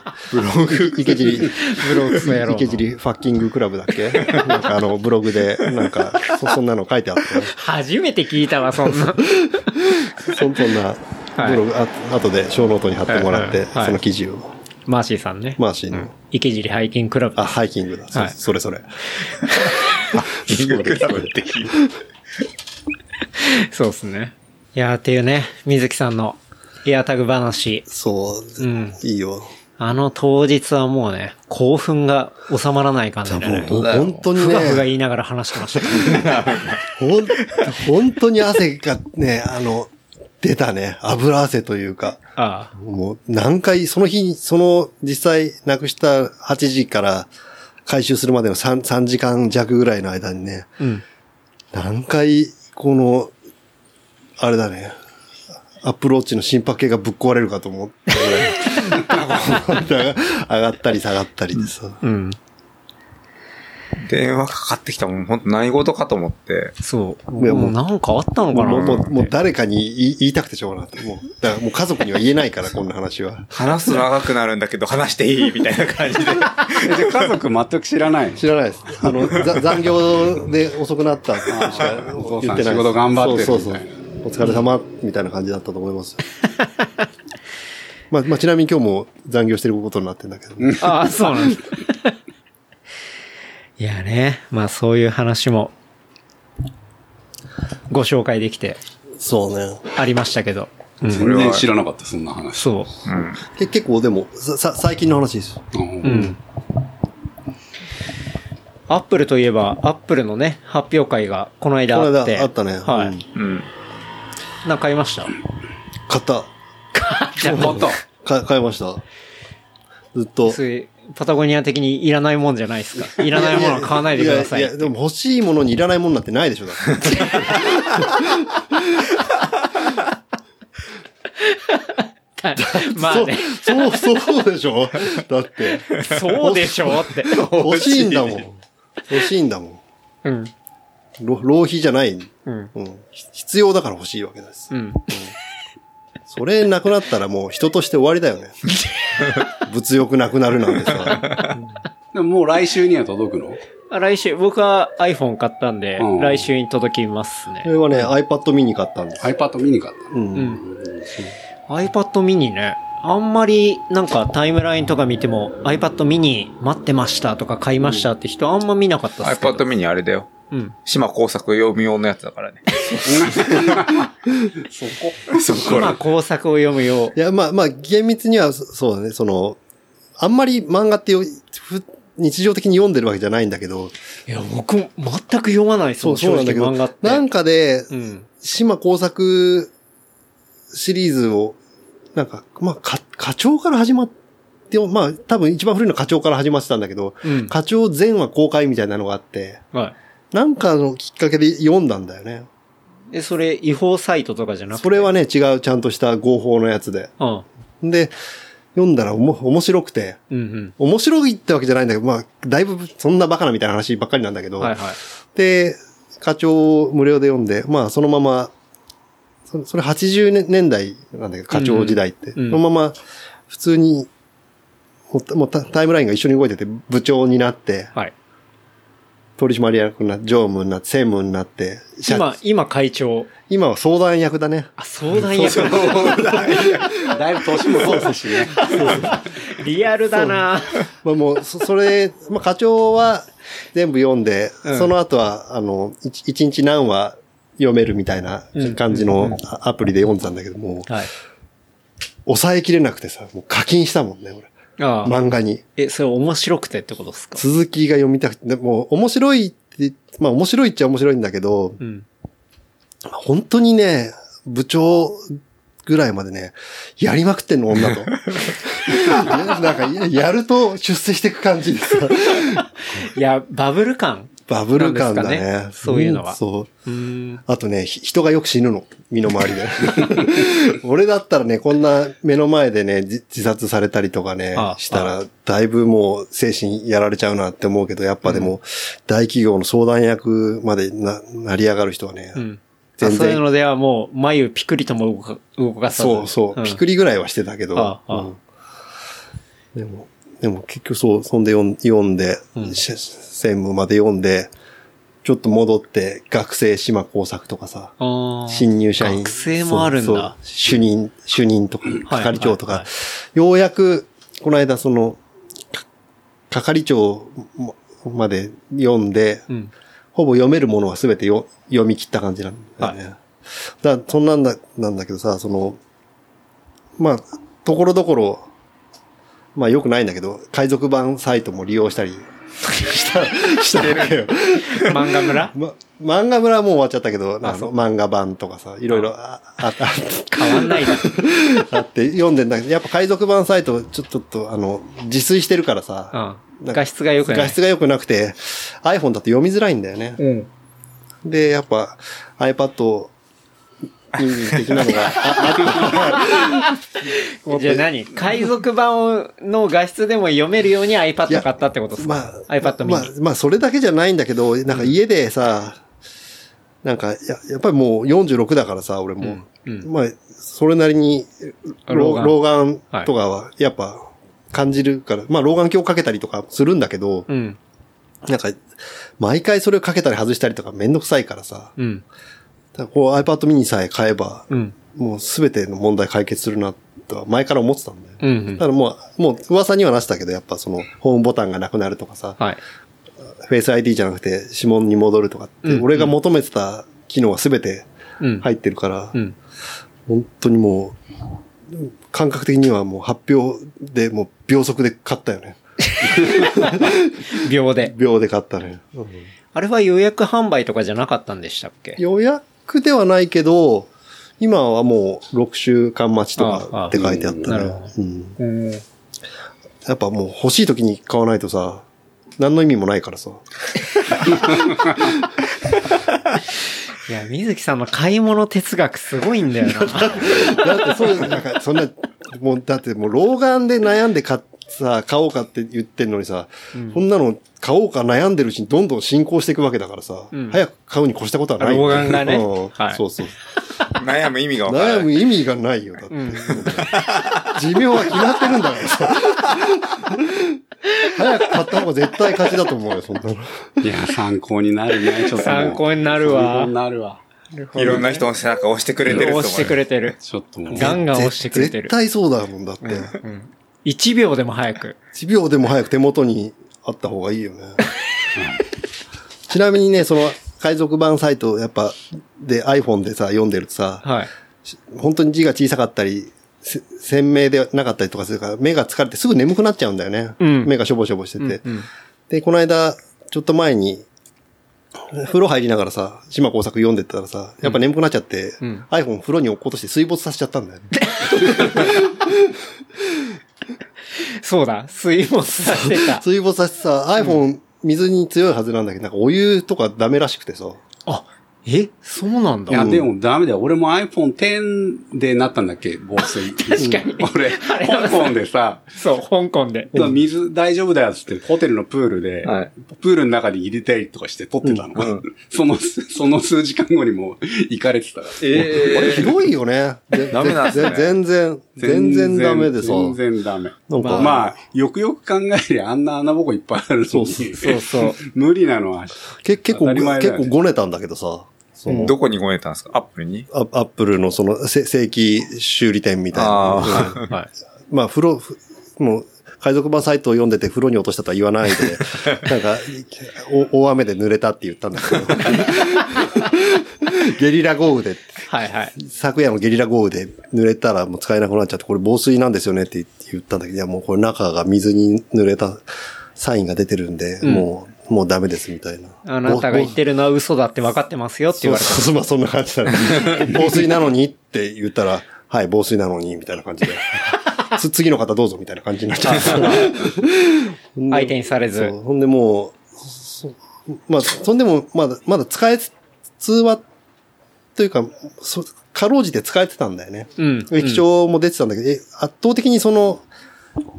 グ池尻。
ブログやろう
池。尻ファッキングクラブだっ けなんかあの、ブログで、なんか、そそんなの書いてあったよ。
初めて聞いたわ、そん な。
そんそんなブログ、あ後で小ノートに貼ってもらって、
はいはいはい
その記事を、
マーシーさんね。
マーシーの、
池尻ハイキングクラブ。
あ、ハイキングだ。そ,、
はい
それそ れ。
そうですね。いやーっていうね、水木さんのエアタグ話。
そう、
うん
いいよ。
あの当日はもうね、興奮が収まらない感じでね、
もう本当に
ふ
ね
が、ふが言いながら話してました。
ほん、本当に汗がね、あの、出たね。油汗というか。
ああ
もう何回、その日、その実際なくした8時から回収するまでの 3, 3時間弱ぐらいの間にね、
うん。
何回、この、あれだね、アップローチの心拍計がぶっ壊れるかと思って、 上がったり下がったりでさ。
うん。
電話かかってきたもん、本当何事かと思って。
そう。
いやも
も
う
うなんかあったの
も
か
う
な
もうもう誰かに言い言いたくてしょうがなかった。もう、だからもう家族には言えないから、こんな話は。
話すと長くなるんだけど、話していいみたいな感じで。
えじゃあ家族全く知らないの。
知らないです。あ の、ざ残業で遅くなったってしか
お父
言
さ
っ
ん
てない
仕事頑張ってる
そうそうそう
みたいな。
お疲れ様みたいな感じだったと思います。まあ、まあ、ちなみに今日も残業してることになってんだけど。
ああ、そうなんだ。 いやね、まあそういう話も、ご紹介できて
そうね。
ありましたけど。うん。
全然知らなかった、そんな話。
そう。
うん。
け結構でも、さ、さ最近の話ですよ。
う。ん。アップルといえば、アップルのね、発表会がこの間
この
あって。
間あったね。
は
うん
い。
うん。
なんか買いました
買った。
ちょっと。
か買いました。ずっと。
そういうパタゴニア的にいらないもんじゃないですか。いらないものは買わないでください。
いやややでも欲しいものにいらないものなんてないでしょ、だって。
まあね、
そう、そう、そうでしょだ って。
そうでしょって。
欲しいんだもん。欲しいんだもん。
うん。
ろ浪費じゃない。
うん。
うん。ひ必要だから欲しいわけです。
うん。
それなくなったらもう人として終わりだよ ね。物欲なくなるなんてさ。
でももう来週には届くの
あ来週、僕は iPhone 買ったんで、
うん
来週に届きます
こ
ね。
れはね、iPad mini 買ったんです。
iPad ミニ買っ
うん。
うん。iPad mini ね。あんまり、なんかタイムラインとか見ても、iPad mini 待ってましたとか買いましたって人あんま見なかったっすけど。
iPad mini あれだよ。
うん。
島工作読み用のやつだからね。そこ。そこ
まあ、工作を読むよう
い。や、まあまあ、厳密にはそそうだね、その、あんまり漫画ってよふ日常的に読んでるわけじゃないんだけど、
いや、僕、全く読まないです
そ
も
う、
ん
そうなんだけ
正直
ど、
漫画って。
なんかで、
うん。
島工作シリーズを、なんか、まあ、か、課長から始まって、まあ、多分一番古いのは課長から始まってたんだけど、
うん。
課長前話公開みたいなのがあって、
は
なんかのきっかけで読んだんだよね。
い。で、それ、違法サイトとかじゃなくて。
それはね、違う、ちゃんとした合法のやつで。
うん。
で、読んだらおも面白くて、
うん
面白いってわけじゃないんだけど、まあ、だいぶそんなバカなみたいな話ばっかりなんだけ
う
ど、
ん。はいはい。
で、課長を無料で読んで、まあそのまま、そそれ80年代なんだけど、課長時代って。
うんうん
そのまま普通に、もうもうタタイムラインが一緒に動いてて、部長になって、
はい。
取締役になって、常務になって、専務になって、社
今、今会長。
今は相談役だね。
あ、相談役。
た。だいぶ年もそうですしね。
リアルだな
まあもう、そそ れ、まあ課長は全部読んで、
うん
その後は、あの、一一日何話読めるみたいな感じのあアプリで読んでたんだけども、
はい。
抑えきれなくてさ、もう課金したもんね、俺。
ああ。
漫画に。
え、それ面白くてってことですか
続きが読みたくて、でもう面白いって、まあ面白いっちゃ面白いんだけど、
うん。
本当にね、部長ぐらいまでね、やりまくってんの、女 と。なんか、ややると出世していく感じでさ、
いや、バブル感。
バブル感だ
なんです
ね。
かねそういうのは
んそう。
うーん。
あとね、ひ人がよく死ぬの。身の回りで。 俺だったらね、こんな目の前でね、じ自殺されたりとかね
あ、あ
したら、だいぶもう精神やられちゃうなって思うけど、やっぱでも、大企業の相談役までな、成り上がる人はね、
うん。
全然
そういうのではもう、眉ピクリとも動か動かさず
そうそう、
ん
ピクリぐらいはしてたけど、
ああ
うんでも、でも結局そう、そんで読ん読んで、
うん
し専務まで読んで、ちょっと戻って、学生島工作とかさ、
ああ。
新入社員。
学生もあるん
そう
だ。
そう主任、主任とか、
はい
係長と
はい
か
は。
ようやく、この間その、か係長もまで読んで、
うん。
ほぼ読めるものは全てよ読み切った感じなんだよね。だそんなんだ、なんだけどさ、その、まあ、ところどころ、まあ良くないんだけど、海賊版サイトも利用したり した、したわけよ。
漫画村
ま、漫画村はもう終わっちゃったけど、あの漫画版とかさ、いろいろああ あ
変わ んないだ。
あって読んでんだけど、やっぱ海賊版サイト、ちょちょっと、あの、自炊してるからさ、
うん。画質が良くな
画
い。
質が良くなくて、iPhone だと読みづらいんだよね。
うん。
で、やっぱ iPad 人間的なのが、あ
じゃあ何海賊版をの画質でも読めるように iPad 買ったってことですか
まあ、
?iPad
まあ
mini。、
まあ、それだけじゃないんだけど、なんか家でさ、なんかや、やっぱりもう46だからさ、俺も。
うん
まあ、それなりに、
老
老
眼
眼とかは、やっぱ、感じるから、まあ、老眼鏡かけたりとかするんだけど、
うん。
なんか、毎回それをかけたり外したりとかめんどくさいからさ、
うん。
だからこう iPad mini さえ買えば、
うん。
もうすべての問題解決するな、とは前から思ってたんだよ。
うん
だからもう、もう噂にはなってたけど、やっぱその、ホームボタンがなくなるとかさ、
はい。
フェイス ID じゃなくて指紋に戻るとかって、
うん
俺が求めてた機能が全て
うん。
入ってるから、
うん。
本当にもう、感覚的にはもう発表でもう秒速で買ったよね。
秒で。
秒で買ったね。うん
あれは予約販売とかじゃなかったんでしたっけ
予約ではないけど、今はもう6週間待ちと
ああ
かって書いてあった
な
ね
るほ。
うん
うん。
やっぱもう欲しい時に買わないとさ、何の意味もないからさ。
いや、水木さんの買い物哲学すごいんだよな。
だってそう、なんか、そんな、もう、だってもう、老眼で悩んで買っさ、買おうかって言ってんのにさ、こんなの買おうか悩んでるうちにどんどん進行していくわけだからさ、
うん
早く買うに越したことはない。
老眼がね
うん
はい
そうそう。
悩む意味がわからない。
悩む意味がないよ、だって。寿命は決まってるんだから さ。早く買った方が絶対勝ちだと思うよ、そんなの。
いや、参考になるね、ちょっともう。
参考になるわ
参考になるわ。
いろんな人の背中を押してくれてると思う。
押してくれてる。
ちょっともう。
ガンガン押してくれて
絶
る。
対そうだもん、だって。
1秒でも早く。
1秒でも早く手元にあった方がいいよ ね。ちなみにね、その海賊版サイト、やっぱ、で iPhone でさ、読んでるとさ、
はい。
本当に字が小さかったり、せ鮮明でなかったりとかするから、目が疲れてすぐ眠くなっちゃうんだよね。
うん
目がしょぼしょぼしてて。
うん
で、この間、ちょっと前に、風呂入りながらさ、島工作読んでたらさ、やっぱ眠くなっちゃって、
うん
iPhone 風呂に落っことして水没させちゃったんだよね。
そうだ。水没させてた。
水没させてさ、iPhone 水に強いはずなんだけど、なんかお湯とかダメらしくてさ。
あ、えそうなんだ
い。や、でもダメだよ。俺も iPhone X でなったんだっけ防 水。確
かに
俺、香港でさ、
そう、香港で。
水大丈夫だよっつって、ホテルのプールで、
はい
プールの中に入れたりとかして撮ってたの。 その、その数時間後にもう行かれてたから。
あれ
ええ
ひどいよね。ぜ
ダメなんです
ぜ
ね
全然、全然ダメでさ。
全然ダメ。
なんか
まあ、よくよく考えりゃあんな穴ぼこいっぱいあるのに。
そうそう。
無理なのは、
け結構、
当たり前だ
結
よね
構ごねたんだけどさ。その
どこにごめたんですかアップルに
アアップルのそのせ正規修理店みたい
あ
な。
あ。
はい。
まあ風呂、ふもう海賊版サイトを読んでて風呂に落としたとは言わ ないで、なんかお大雨で濡れたって言ったんだ けど。ゲリラ豪雨で
はいはい。
昨夜のゲリラ豪雨で濡れたらもう使えなくなっちゃって、これ防水なんですよねって言ったんだけど、いやもうこれ中が水に濡れたサインが出てるんで、もう、もうダメですみたいな。
あなたが言ってるのは嘘だって分かってますよって言
そう
われた。
そうそう、まあそんな感じだね。防水なのにって言ったら、はい、防水なのに、みたいな感じで。つ次の方どうぞみたいな感じになっちゃう。
相手にされ
そう
ず。
ほんでもう、そまあ、そんでも、まだ、まだ使えつ、通話、というか、そかろうじて使えてたんだよね。
うん。
液晶も出てたんだけど、え圧倒的にその、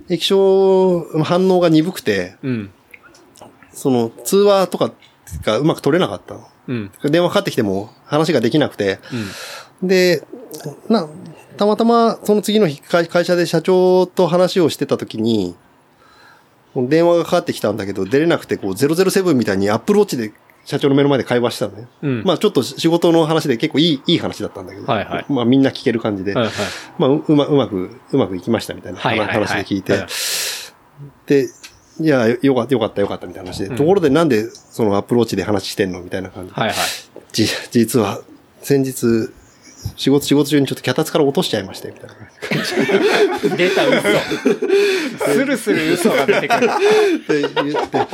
液晶の反応が鈍くて、
うん。
その通話とかがうまく取れなかったの。
うん。
電話かかってきても話ができなくて、
うん。
で、な、たまたまその次の日会会社で社長と話をしてた時に、電話がかかってきたんだけど、出れなくて、こう、007みたいに Apple Watch で社長の目の前で会話したのね。
うん
まあちょっと仕事の話で結構いい、いい話だったんだけど。
はいはい
まあみんな聞ける感じで。
はいはい。
まあ、ううま、うまく、うまくいきましたみたいな
はいはいはい
話で聞いて、
はい
で、いや、よよかった、よかった、よかったみたいな話で、
うん
ところでなんでそのアプローチで話してんのみたいな感じで、
はいはい。
じ実は、先日、仕事仕事中にちょっと脚立から落としちゃいました、みたいな。
出た嘘。スルスル嘘が出てくる。
って言って、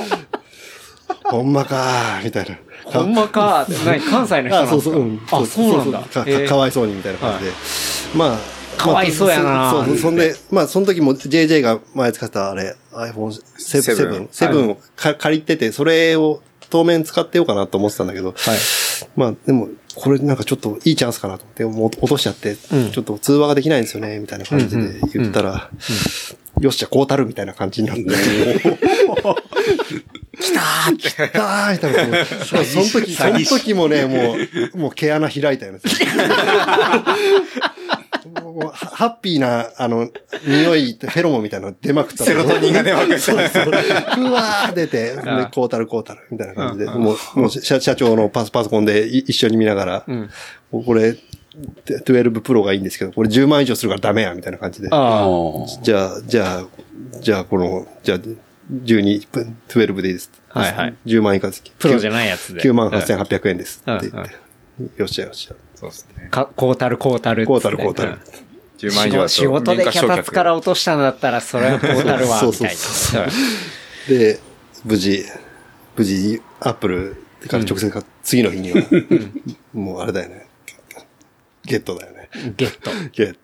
ほんまかー、みたいな。
ほんまかって。何関西の人なん
あ、
だ
そうそう、うん。
あ、そうなんだ。
かか
えー
かわいそうに、みたいな感じで。まあ、まあ
かわいそうやな
そうそう、そんで、まあ、その時も JJ が前使ってたあれ、iPhone7、7をか借りてて、それを当面使ってようかなと思ってたんだけど、
はい。
まあ、でも、これなんかちょっといいチャンスかなと思って、もう落としちゃって、
うん
ちょっと通話ができないんですよね、みたいな感じで言ったら、よっしゃ、こうたるみたいな感じになって。来たー来たーみたいな。その時、その時もね、もう、もう毛穴開いたよね。もうもうハハッピーな、あの、匂い、フェロモンみたいなの出まくったの
セロトニンが出まくった
そううわー出て、で
ああ
こうたるこうたる、みたいな感じで、もう、もう社社長のパスパソコンでい一緒に見ながら、
ん
もうこれ、12プロがいいんですけど、これ10万以上するからダメや、みたいな感じで。
ああ。
じゃあ、じゃあ、じゃあ、この、じゃあ、12、12でいいです。
はいはい。
10万以下です。
プロじゃないやつで。
9万8800円です。
うん
って言って。よっしゃよっしゃ。
そうですね。
か、こうたるこうたるっつって。
こうたるこうたる
10万以上だと
仕事で
減価
脚
償却
立から落としたんだったら、それはこうなるわ、
そう
み
そう
たい
そ
な。
で、無事、無事、アップルから直接か、次の日には、もうあれだよね。ゲットだよね。
ゲット。
ゲット。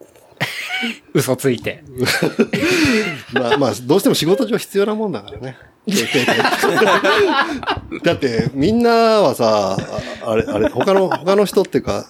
嘘ついて。
まあまあ、どうしても仕事上必要なもんだからね。だって、みんなはさ、ああれ、あれ、他の、他の人っていうか、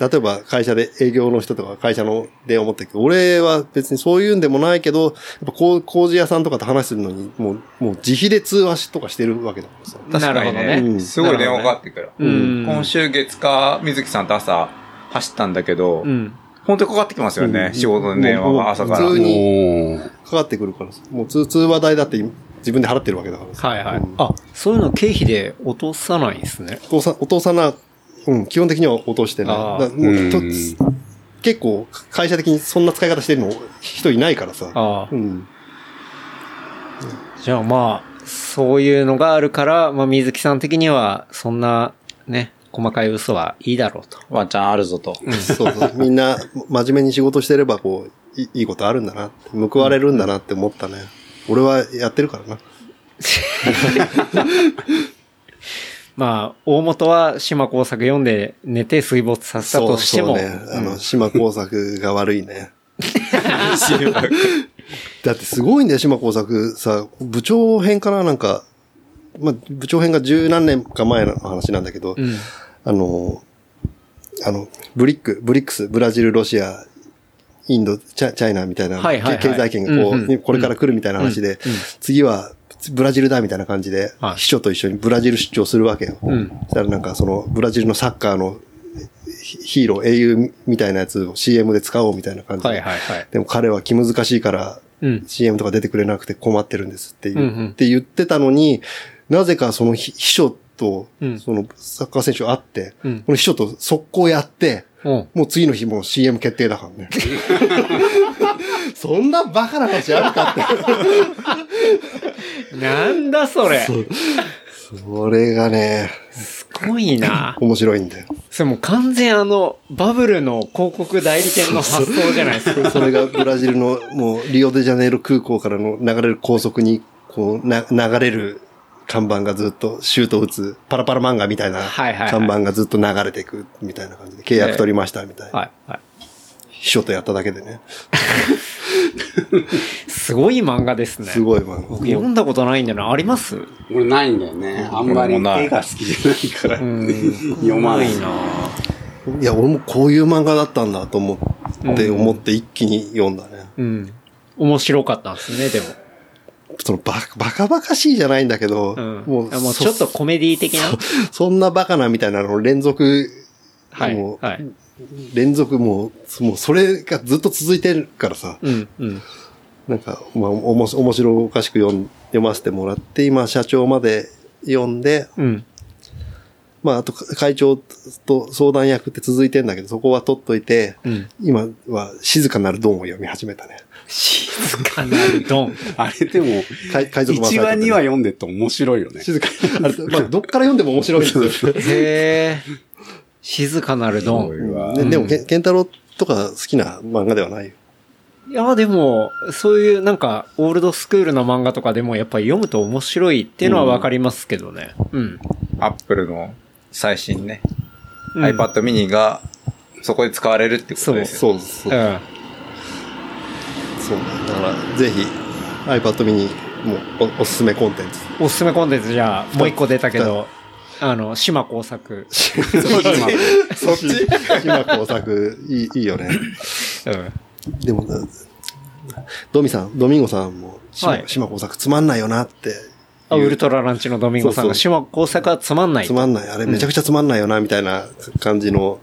例えば会社で営業の人とか会社ので思ってるけど、俺は別にそういうんでもないけど、やっぱこう工事屋さんとかと話するのに、もう、もう自費で通話しとかしてるわけだからさ。
なるほど
確かに
うん
ね。
すごい電話かかってくる。
うん
今週月火、水木さんと朝走ったんだけど、
うん。
本当にかかってきますよ
う
ね、
ん
仕事の電話
もう
が朝か
もう普通
ら。
に
おー
かかってくるからさ。もう通通話代だって自分で払ってるわけだからさ。
はいは
う
い
ん。
あ、そういうの経費で落とさないんですね。
お父さん、お父さんな、うん、基本的には落としてない。
あー
だもうと
うん
結構、会社的にそんな使い方してるの人いないからさ。
あ
う
あ。
ん。
じゃあまあ、そういうのがあるから、まあ、水木さん的には、そんな、ね、細かい嘘はいいだろうと。
ワンチャンあるぞと。
そうそう。みんな、真面目に仕事してれば、こうい、いいことあるんだなって。報われるんだなって思ったね。俺はやってるからな。
まあ、大元は島工作読んで寝て水没させたとしても、
そうそうね。あの、島工作が悪いね。 だってすごいんだよ、島工作。さ、部長編かななんか、まあ、部長編が十何年か前の話なんだけど、
うん
あの、あの、ブリック、ブリックス、ブラジル、ロシア、インド、チャチャイナみたいな、
はいはいはい
け経済圏がこう、
うんうん
これから来るみたいな話で、次はブラジルだみたいな感じで、
はい
秘書と一緒にブラジル出張するわけよ。
ん
そしたらなんかその、ブラジルのサッカーのヒヒーロー、英雄みたいなやつを CM で使おうみたいな感じで。
はいはいはい。
でも彼は気難しいから、
うん。
CM とか出てくれなくて困ってるんですって言,、
うんうん
って言ってたのに、なぜかそのひ秘書と
うん、
そのサッカー選手会って、
うん
この秘書と速攻やって、
うん。
もう次の日もう CM 決定だから ね。そんなバカな話あるかって。
なんだそれ。
それがね、
すごいな。
面白いんだよ。
それもう完全あの、バブルの広告代理店の発想じゃないです か。
それがブラジルのもうリオデジャネイロ空港からの流れる高速にこうな流れる看板がずっとシュート打つパラパラ漫画みたいな
はいはいはい
看板がずっと流れていくみたいな感じで契約取りましたみたいな。
はいは
秘書とやっただけでね。
い。すごい漫画ですね。
すごい漫
僕
画。
読んだことないんだよな。あります
俺ないんだよね。あんまり絵が好きじゃないから。 読まない。
な。
いや、俺もこういう漫画だったんだと思って、思って一気に読んだね。
うん。面白かったんですね、でも。
そのバカバカバカしいじゃないんだけど、
うん。
も
も
う
うちょっとコメディ的な。
そ んなバカなみたいなのを連続、
はい。
もう
はい。
連続もう、もうそれがずっと続いてるからさ、
うん。うん。
なんか、まあ、おもし面白おかしく読ん読ませてもらって、今、社長まで読んで、
うん。
まあ、あと、会長と相談役って続いてんだけど、そこは取っといて、
うん
今は静かなるドンを読み始めたね。
静かなるドン。
あれでも、
海海賊版
1
サ
話
イトで
2話読んでると面白いよね。
静か、あれ、まあ、どっから読んでも面白いんですよ。
へえ。静かなるドン。
ねでも、けケンタロウとか好きな漫画ではないよ。
いや、でも、そういうなんか、オールドスクールの漫画とかでもやっぱり読むと面白いっていうのはわかりますけどね。うん。
アップルの最新ね、
うん
iPad mini がそこで使われるってことですよ
そうそう
う。ん。
そうだから、ぜひ iPad mini もおおすすめコンテンツ。
おすすめコンテンツじゃあ、もう一個出たけど、あの、島工作。
そっち島工作、いい、いいよね。
うん。
でも、ドミさん、ドミンゴさんも島、
はい
島工作つまんないよなって。
あウルトラランチのドミンゴさんが、
そ
島工作はつまんない
つ。まんない。あれめちゃくちゃつまんないよな、みたいな感じの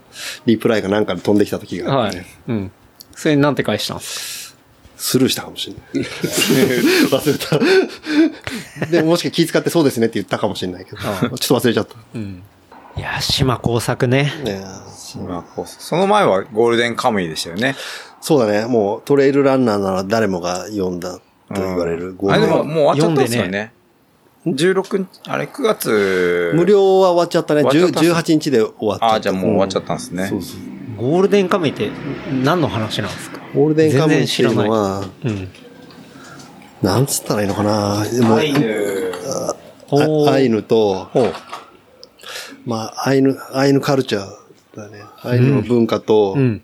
リプライがなんかで飛んできた時があ
は
ってね、
い。うん。それなんて返したんです
スルーしたかもしれない。 忘れた。でも、もしか気遣ってそうですねって言ったかもしれないけど、ち
ああ
ょっと忘れちゃった。
かいや、島工作ね。
ねえ
今こうその前はゴールデンカムイでしたよね。
そうだね。もうトレイルランナーなら誰もが読んだと言われる。
うんあれでももう終わっちゃったんですよ
読ん
ね。16日、あれ9月。
無料は終わっちゃったね。
終わっちゃった
10 18日で終わっちゃった。
ああ、じゃあもう終わっちゃったんですね。
そうそう。
ゴールデンカムイって何の話なんですか
ゴールデンカムイっていう
全然知
の
ら
は、
うん。
なんつったらいいのかなでも
おー
あアイヌと、
ほう。
まあ、アイヌ、アイヌカルチャーだね。アイヌの文化と、
うん。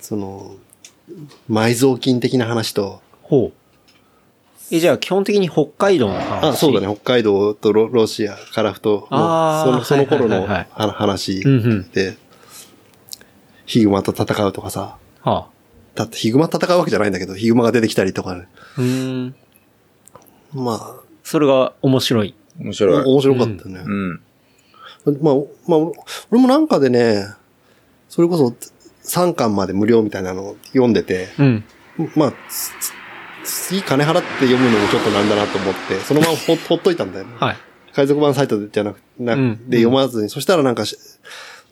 その、埋蔵金的な話と、
ほう。え、じゃあ基本的に北海道の話。
あ、そうだね。。北海道とロロシア、カラフト
あ
の、
ー
そのその頃
は
の
いはいはいはい
あの話
うんうん
で、ヒグマと戦うとかさ、
はあ。
だってヒグマと戦うわけじゃないんだけど、ヒグマが出てきたりとかね。
うーん。
ま
それが面白い。
面
あ、
白い。
面白かったね。
うん。
まあ、まあ、俺俺もなんかでね、それこそ3巻まで無料みたいなのを読んでて、
うん。
まあ、つつ次金払って読むのもちょっとなんだなと思って、そのまま ほほっといたんだよね。
はい。
海賊版サイトじゃなくな、
うん
で読まずに、そしたらなんかし、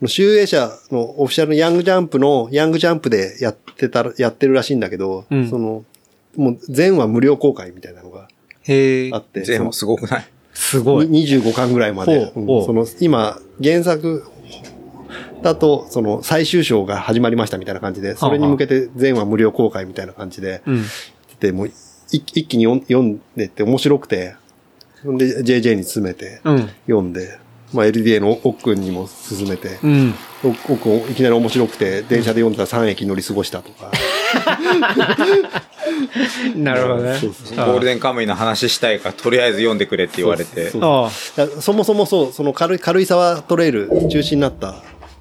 集英社のオフィシャルのヤングジャンプの、ヤングジャンプでやってたら、やってるらしいんだけど、
うん
その、もう全話無料公開みたいなのが
へえ
あ。って、
全部
そ
すごくない
す
の
ごい。
に25巻ぐらいまで、
ほう
うん
ほう
その今、原作だと、その最終章が始まりましたみたいな感じで、それに向けて全話無料公開みたいな感じで、
うん。
で、もう一一気に読ん読んでって面白くて、ほんで JJ に詰めて、
うん。
読んで、まあ LDA の奥くんにも勧めて
う、ん。
奥くんいきなり面白くて、電車で読んだら3駅乗り過ごしたとか、
なるほどね。
そうそう
ゴールデンカムイの話したいから、とりあえず読んでくれって言われて。
そう
ああ。
だからそもそもそう、その軽い軽井沢トレイル中止になった、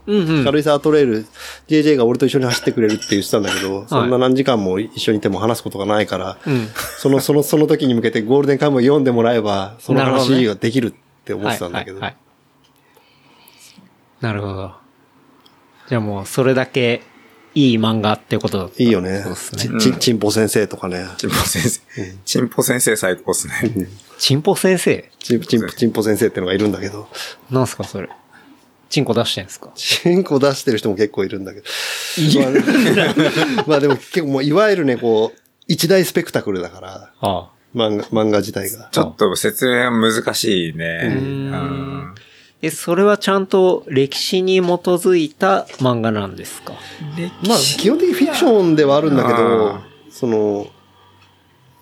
うんうん。
軽井沢トレイル JJ が俺と一緒に走ってくれるって言ってたんだけど、そんな何時間も一緒にいても話すことがないから、
うん。
その、その、その時に向けてゴールデンカムを読んでもらえば、その
なるほどね
話ができるって思ってたんだけど
はいは、いはいなるほど。じゃあもう、それだけいい漫画ってことだった
いいよね
そうっす。
ち
ね。
んちんちんぽ先生とかね。
チンポ先生。チンポ先生最高っすね。
チンポ先生
ちん、ちん、ちんぽ先生ってのがいるんだけど。
なんすかそれ。チンコ出してんすか
チンコ出してる人も結構いるんだけど。まあ、 まあでも結構もういわゆるね、こう、一大スペクタクルだから、
ああ。
漫画、漫画自体が。
ちょっと説明難しいね。
う
うん
ん。え、それはちゃんと歴史に基づいた漫画なんですか
まあ、基本的にフィクションではあるんだけど
あ、
その、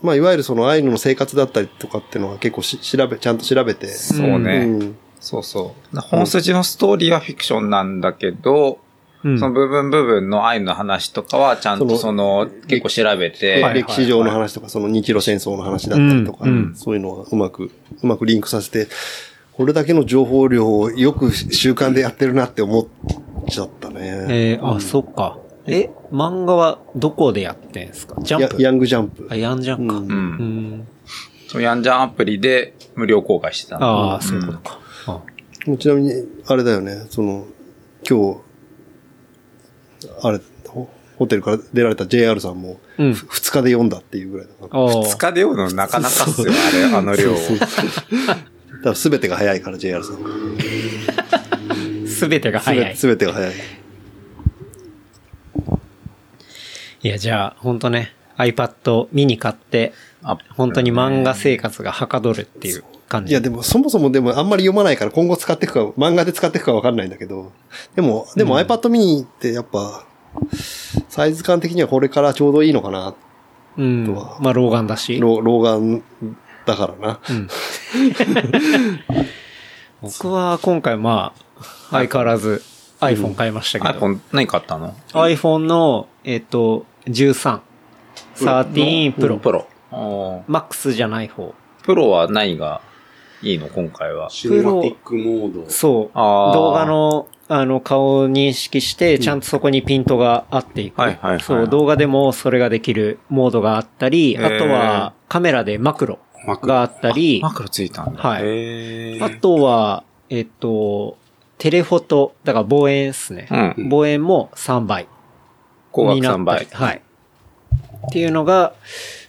まあ、いわゆるそのアイヌの生活だったりとかっていうのは結構し調べ、ちゃんと調べて。
そうね。
うん。
そうそう。本筋のストーリーはフィクションなんだけど、
うん
その部分部分の愛の話とかはちゃんと
そ
その、結構調べて、
はい
歴史上の話とか、その日露戦争の話だったりとか、
うんうん
そういうのをうまく、うまくリンクさせて、これだけの情報量をよく習慣でやってるなって思っちゃったね。
えーあ、そっか。え、漫画はどこでやってんすかジャン
や
プ
ヤングジャンプ
あ、。ヤンジャンか。
うん
うん
うん。
そのヤンジャンアプリで無料公開してたんだ
あ
う
あ、
ん
そういうことか。あ
ちなみに、あれだよね、その、今日、あれ、ホホテルから出られた JR さんも、
うん
ふ二日で読んだっていうぐらいだから。
あー。
二日で読むのなかなかっすよ、あれ、あの量を。
だから全てが早いから JR さん。
すべてが
すべ、
早い。
全てが早い。
いや、じゃあ、ほんとね、iPad ミニ買って、
あ
本当に漫画生活がはかどるっていう。感じ。
いや、でも、そもそもでも、あんまり読まないから、今後使っていくか、漫画で使っていくかわかんないんだけど、でも、でも iPad mini ってやっぱ、サイズ感的にはこれからちょうどいいのかな、
うん。まあ、老眼だし。
老老眼だからな。
うん。僕は今回まあ、相変わらず iPhone 買いましたけど。
iPhone 何買ったの
iPhone の、えっ、と、13。13 Pro。
プロ。あー
Max じゃない方。
プロは何がいいの今回は。
シネマティックモード。
そう。
あー
動画の、あの、顔を認識して、ちゃんとそこにピントが合っていく。
はいはいはい
そう、動画でもそれができるモードがあったり、
へー
あとはカメラでマクロ
マクロ
があったり、
マクロついたんだ。
はい
へー
あとは、えっと、テレフォト、だから望遠ですね。
うん。
望遠も3倍
高額
にな
3
ったり
倍。。
はい。っていうのが、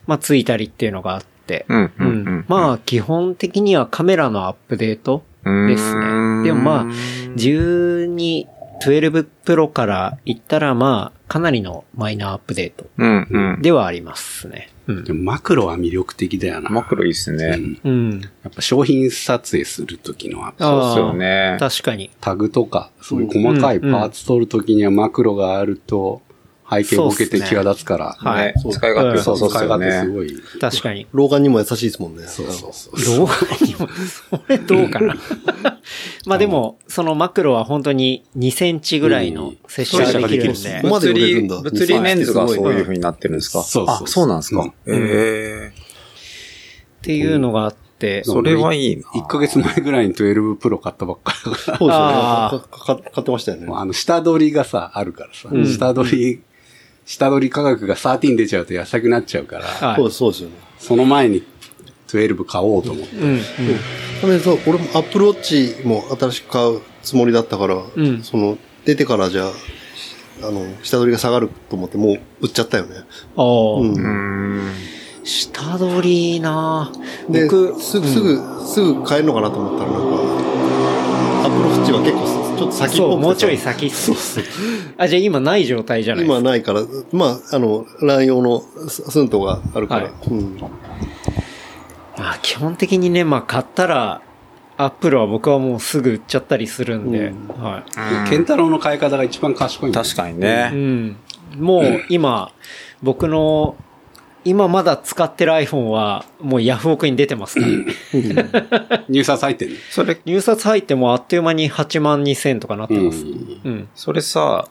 まあ、ついたりっていうのがあって。
うん、う、
うんん。まあ、基本的にはカメラのアップデート
あ
ですね。でもまあ、12、12プロから言ったらまあ、かなりのマイナーアップデート
うん、うん。
ではありますね。うん
で。もマクロは魅力的だよな。
マクロいいっす
う
ね。
ん
うん。
やっぱ商品撮影するときのアップ
あ
そうっすよね。
確かに。
タグとか、そういう細かいパーツ撮るときにはマクロがあると、背景ボケて際立つから、
かに
ね
そう
使い勝手良
そ
さそう
う、
っ
使
す
い
よ
勝手す
ね。
ごい。
確かに。
老眼にも優しいですもんね。
そうそうそう。
動画にも、それどうかな。 まあでも、そのマクロは本当に2センチぐらいの接
う
種
ん
ができるん
そう
で
そう。ここ
物理、
まで売れるんだ
物理レンズがそういう風になってるんですか
うんそうそうそう
あ、そうなんですか。へ
う
え。
っていうのがあって、
それはいいな。
1ヶ月前ぐらいに12プロ買ったばっかりだから
そうですよね。
あー
かかか買ってましたよね。
あの、下取りがさ、あるからさ、
うん
下取り、下取り価格が13出ちゃうと安くなっちゃうから、
はい
そう。です、そうですよね。
その前に12買おうと思って。
うん、うん。
それでそう、俺も Apple Watch も新しく買うつもりだったから、
ん
その、出てからじゃあ、あの、下取りが下がると思って、もう売っちゃったよね。
ああ、
うん。
うーん。
下取りな
で、
僕、
すぐ、すぐ、すぐ買えるのかなと思ったら、なんか、アップローチは結構、ちょっと先っぽくて
そ
さ
う、もうちょい先っす。あ、じゃあ今ない状態じゃないです
今
か。
ないから、まあ、あの、乱用のススントがあるから、
はい
うん。
まあ基本的にね、まあ買ったら、アップルは僕はもうすぐ売っちゃったりするんで、
うん
は
ケンタロウの買い方が一番賢いんだよ
確かに
い。う
ね。
ん。もう今、僕の、今まだ使ってる iPhone は、もうヤフオクに出てますから。
入札入ってんの
それ、
入札入ってもあっという間に8万2千とかなってます。
ん。
うん。
それさ、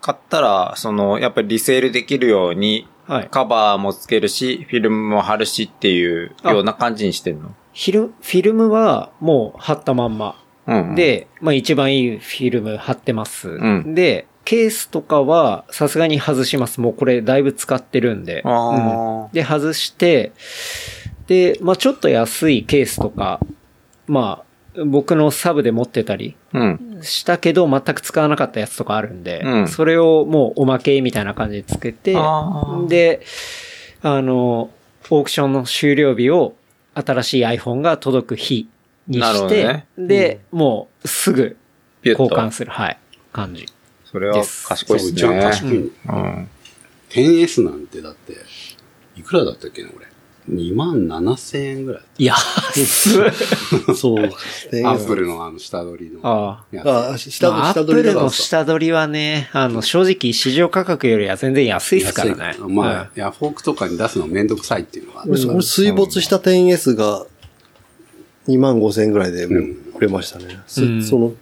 買ったら、その、やっぱりリセールできるように、
はい。
カバーもつけるし、フィルムも貼るしっていうような感じにしてんの。
フィルフィルムはもう貼ったまんま。
うんうん、
で、まあ一番いいフィルム貼ってます。
ん
で、ケースとかはさすがに外します。もうこれだいぶ使ってるんで。
あ
で、外して、で、まあちょっと安いケースとか、まあ僕のサブで持ってたり
あ、うん。
したけど全く使わなかったやつとかあるんで、
うん
それをもうおまけみたいな感じでつけて、
あー
で、あの、オークションの終了日を新しい iPhone が届く日に
なる
し
ほど
て、
ね
で、もうすぐ
ビュッと
交換する、はい、感じ。
それは賢いっ
そう、
す
一番
ね。
賢いんだよ。
うん。
10S なんてだって、いくらだったっけな、俺。2万7千円ぐらい。
いや、すごい
そう。で
アップルのあの下取 りの。
ああ。
やつ
あ、下
まあア
下取
ップ
りだ
ル
から
の
さ。
下取りはね、あの、正直市場価格よりは全然安いですからね
安い。まあ、
うん
ヤフオクとかに出すのめんどくさいっていうのは。
俺、そ俺水没した 10S が2万5千円ぐらいで
ん
売れましたね。す
うん
その、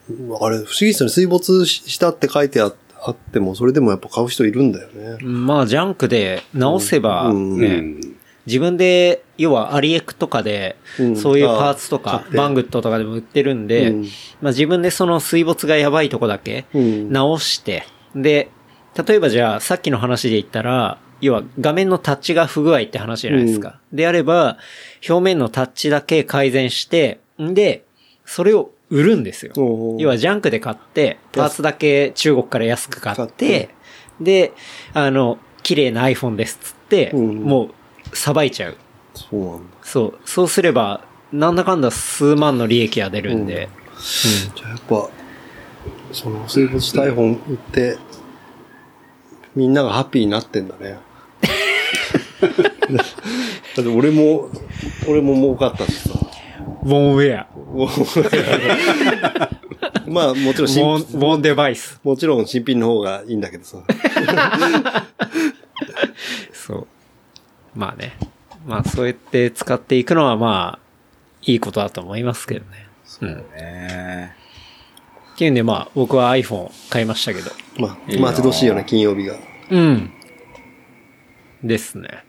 あれ、不思議ですよね。水没ししたって書いてああっても、それでもやっぱ買う人いるんだよね。
まあ、ジャンクで直せば、
うん
う
ね、
ん。
自分で、要はアリエクとかで
う、ん
そういうパーツとか
買っ、て
バングットとかでも売ってるんで
うん、
まあ自分でその水没がやばいとこだけ
うん
直して、で、例えばじゃあさっきの話で言ったら、要は画面のタッチが不具合って話じゃないですか。であれば、表面のタッチだけ改善して、んで、それを売るんですよ。
おう
要はジャンクで買って、パーツだけ中国から安く買
買
っ
ってて、
で、あの、綺麗な iPhone ですっつって、
うん
もう、さばいちゃう。
そうなんだ。
そう。そうすれば、なんだかんだ数万の利益が出るんで、
じゃあやっぱ、その水没した iPhone 売って、みんながハッピーになってんだ ね。だって俺も、俺も儲かったしさ。
ウォンウェア。
まあ、もち
ウ
ろん新
ォン、ウォンデバイス。
もちろん新品の方がいいんだけど さ。
そう。まあね。まあ、そうやって使っていくのはまあ、いいことだと思いますけどね。うん。
ね
っていうんで、まあ、僕は iPhone 買いましたけど。
ま
いい
あ、
な
待ち遠しいよね、金曜日が。
うん。ですね。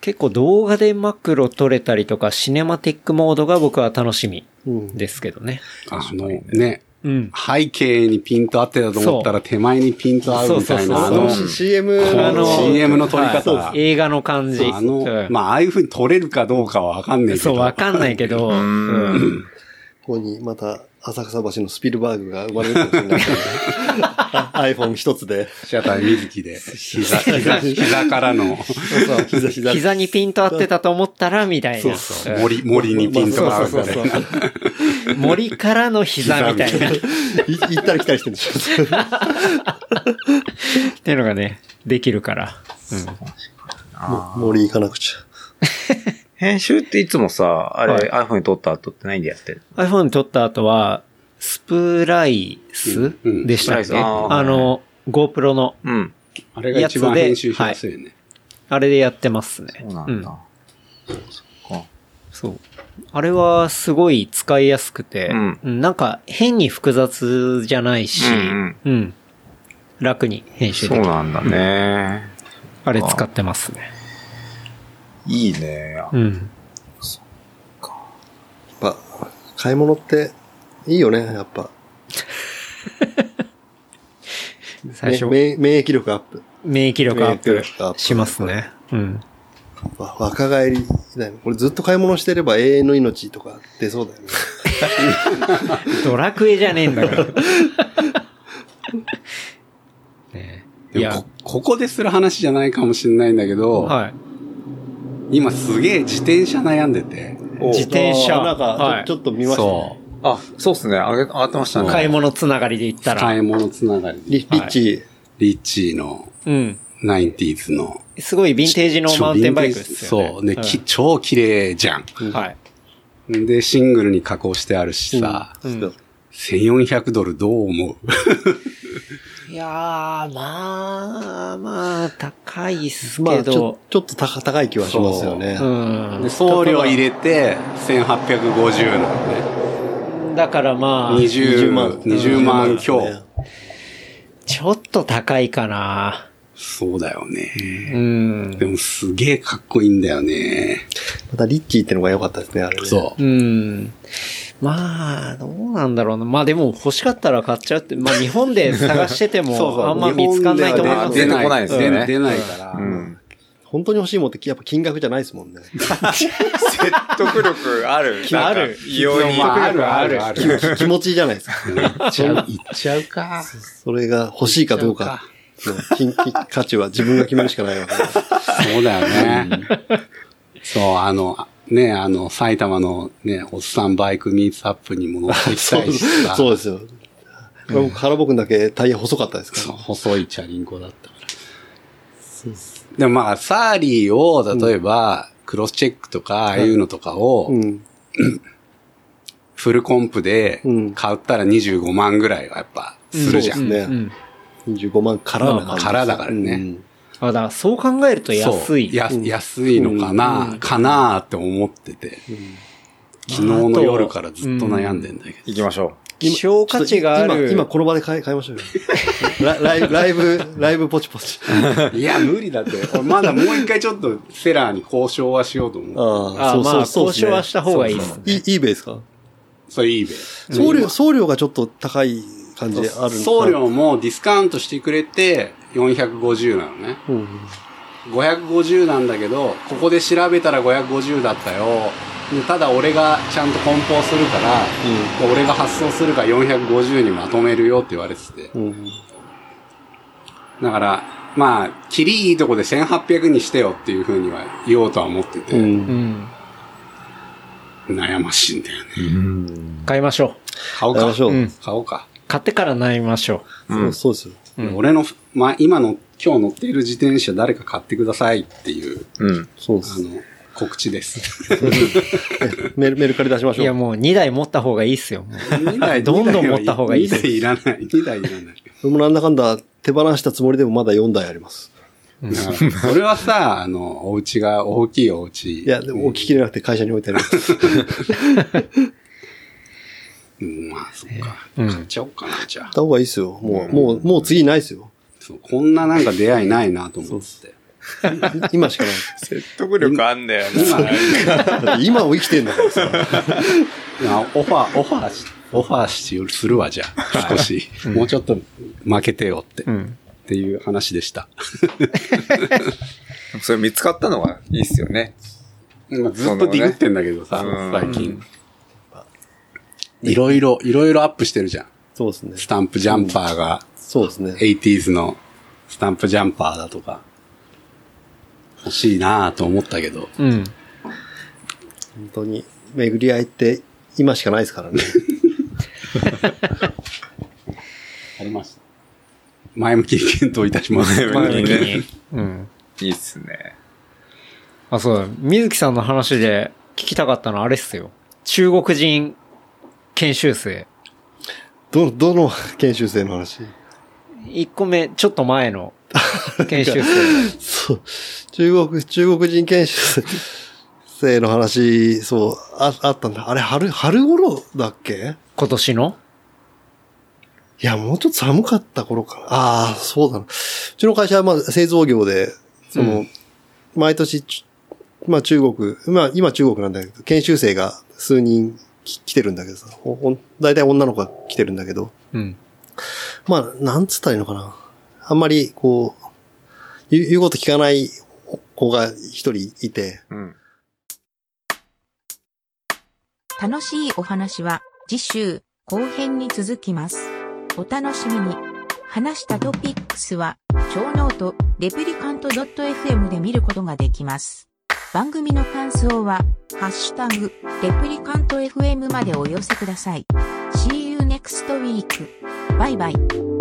結構動画でマクロ撮れたりとか、シネマティックモードが僕は楽しみ
うん。
ですけどね。
あのね、
うん。
背景にピント合ってたと思ったら手前にピント合うみたい
そう
な、あ
あの
の
そう
CM
あの
の、
CM の撮り方
はい映画の感じ。
あ
う
の、
ん
まあ、ああいう風に撮れるかどうかはわかんないけど。
そう、わかんないけど、
う
うん
ん。
ここにまた浅草橋のスピルバーグが生まれるかもしれないけ どね iPhone 一つで。
シアター水木で、膝、 膝、膝からの、
膝膝
膝にピント合ってたと思ったら、みたいな。ん
森、森にピントが合うみたいな。
森からの膝みたいな。っ
い行ったり来たりしてるんでしょ。
ていうのがね、できるから。
森行かなくち
編集っていつもさ、あれ、iPhone に撮った後って何でやってる
iPhone 撮った後は、スプライス
うんうん
でしたっ
ス
け、
プライスあー
あの、GoPro の、
うん。
あれが一番編集しやすいよね。
あれでやってますね。
そうなんだ。そっか。
そう。あれはすごい使いやすくて、
うん
なんか変に複雑じゃないし、
うん
うん楽に編集
そ
で
う
きる。
なんだね。
あれ使ってますね。
いいね。
うん。
ゃ。やっぱ、買い物っていいよね、やっぱ。
最初、
め免免疫力アップ。
免疫力アッ
免疫力アッ
プ
プ
しますね。うん。
わ若返りだよね。これずっと買い物してれば永遠の命とか出そうだよね。
ドラクエじゃ ねえんだから。ねえい
で
や
も、こここでする話じゃないかもしれないんだけど、
はい。
今すげえ自転車悩んでて、
自転車
あなんかちょ、
はい
ちょっと見ました、ね
そ。
あ、そうっすね。あげ、上がってましたね。
買い物つながりで言った
う、買
ら。
い物つながりで、
リリッチ、
リッチーの
うん。
90s の、
すごいヴィンテージのマウンテンバイクですよね。
そう。ね、き超綺麗じゃん。
うんはい。
で、シングルに加工してあるしさ、
うん
1400ドルどう思う
いやー、まあ、まあ、高いっす
ま
け
あちょ
ど、、
ちょっと高高い気はしますよね。
う
で送料入れて1850なのね。
ん。だからまあ、
20
20万
万、20万強。
ちょっと高いかな。
そうだよ
う
ね。
ん
で。もすげえかっこいいんだよね。
またリッチーってのが良かったですね、あれね。
そうう。
ん。まあ、どうなんだろうな。まあでも欲しかったら買っちゃうって、まあ日本で探してても、
そうそう。
あんま見つかんないと思います
日本
よ。
出てこ
は
ないですよね
出ないから。
うん。
本当に欲しいもんってやっぱ金額じゃないですもんね。
説得力ある。
ある
なんか異様に。
まあ、あるあるある。
気気持ちいいじゃないですか。
行っちゃう、行っちゃうか。
それが欲しいかどうかの金金価値は自分が決めるしかないわけです。
そうだよね。そう、あの、あね、あの、埼玉のね、おっさんバイクミーツアップにも乗っていきたいしさ。
そうですよ。僕、原僕だけタイヤ細かったです
そ
か
う細いチャリンコだったから。でもまあ、サーリーを、例えば、クロスチェックとか、ああいうのとかを、
ら。うん。
フルコンプで
うん
買ったら25万ぐらいはやっぱするじゃん。
そうですね。25万からな感じです。
からだからね
うん
あ、だからそう考えると
そう
安い。
や安いのかな、かなーって思ってて、昨日の夜からずっと悩んでんだけど。
行きましょ
希少価値がある。
今、今この場で買い買いましょうよ。ラライブ、ライブ、ライブポチポチ。
いや、無理だって。俺まだもう一回ちょっとセラーに交渉はしようと思う。
あ
あまあ、交渉は
し
した方がいいです
いい、いいべですか
それいいべ。
送料、送料がちょっと高い感じあるんですか
送。料もディスカウントしてくれて450なのね。
うん
550なんだけど、ここで調べたら550だったよ。でただ俺がちゃんと梱包するから、で俺が発送するから450にまとめるよって言われてて。
うん。
だから、まあ、キリいいとこで1800にしてよっていうふうには言おうとは思ってて、
うん。
うん。
悩ましいんだよね。
買いましょ
買おう
やり
か
まし。ょう。
ん
買おうか。
う。買ってから悩みましょ
そうそうですよ。
俺の、まあ、今の、今日乗っている自転車誰か買ってくださいっていう、
う。うん。
そうで
あ
す。
の、告知です。
メル、メルカリ出しまし
いや
ょう。
もう2台持った方がいいっすよ。もう
2台
どんどん持った方がいいです
2台いらない。2台いらない。
俺もなんだかんだ手放したつもりでもまだ4台あります。
それはさ、あの、お家が大きいお家。
いや、でも聞きれなくて会社に置いてあります。
うん、まあ、そっか。
うん
買っちゃおうかな、じゃあ
買っ。た方がいいですよ。もう、もう、もう次ないですよ。
そうこんななんか出会いないなと思って。
今しか
説得力あんだよな。
今、
ない。今を生きてんだからさ。
いやオファー、オファーし、オファーしするわ、じゃあ。少し。もうちょっと負けてよって。っていう話でした。
それ見つかったのがいいっすよね。
まあずっとディグってんだけどさ、
うん
最近。いろいろ、いろいろアップしてるじゃん。
そうですね。
スタンプジャンパーが、
そうですね。
80s のスタンプジャンパーだとか。欲しいなぁと思ったけど。
う
本
ん。
当に、巡り合いって今しかないですからね。
ありました。前向きに検討いたします。
前向きにね
うん。
いいっすね。
あ、そうだ。水木さんの話で聞きたかったのはあれっすよ。中国人研修生。
ど、 どの研修生の話
1個目、ちょっと前の研修生。
そう。中国、中国人研修生の話、そう、ああったんだ。あれ、春、春頃だっけ
今年の
いや、もうちょっと寒かった頃かな。ああ、そうだな。うちの会社はまあ製造業で、その、毎年ち、まあ中国、まあ今中国なんだけど、研修生が数人き来てるんだけどさ、ほほん大体女の子が来てるんだけど、
うん。
まあ、なんつったらいいのかな。あんまり、こう、言う言うこと聞かない子が一人いて、
うん。
楽しいお話は次週後編に続きます。お楽しみに。話したトピックスは、超ノート、レプリカント .fm で見ることができます。番組の感想は、ハッシュタグ、レプリカント fm までお寄せください。See you next week. バイバイ。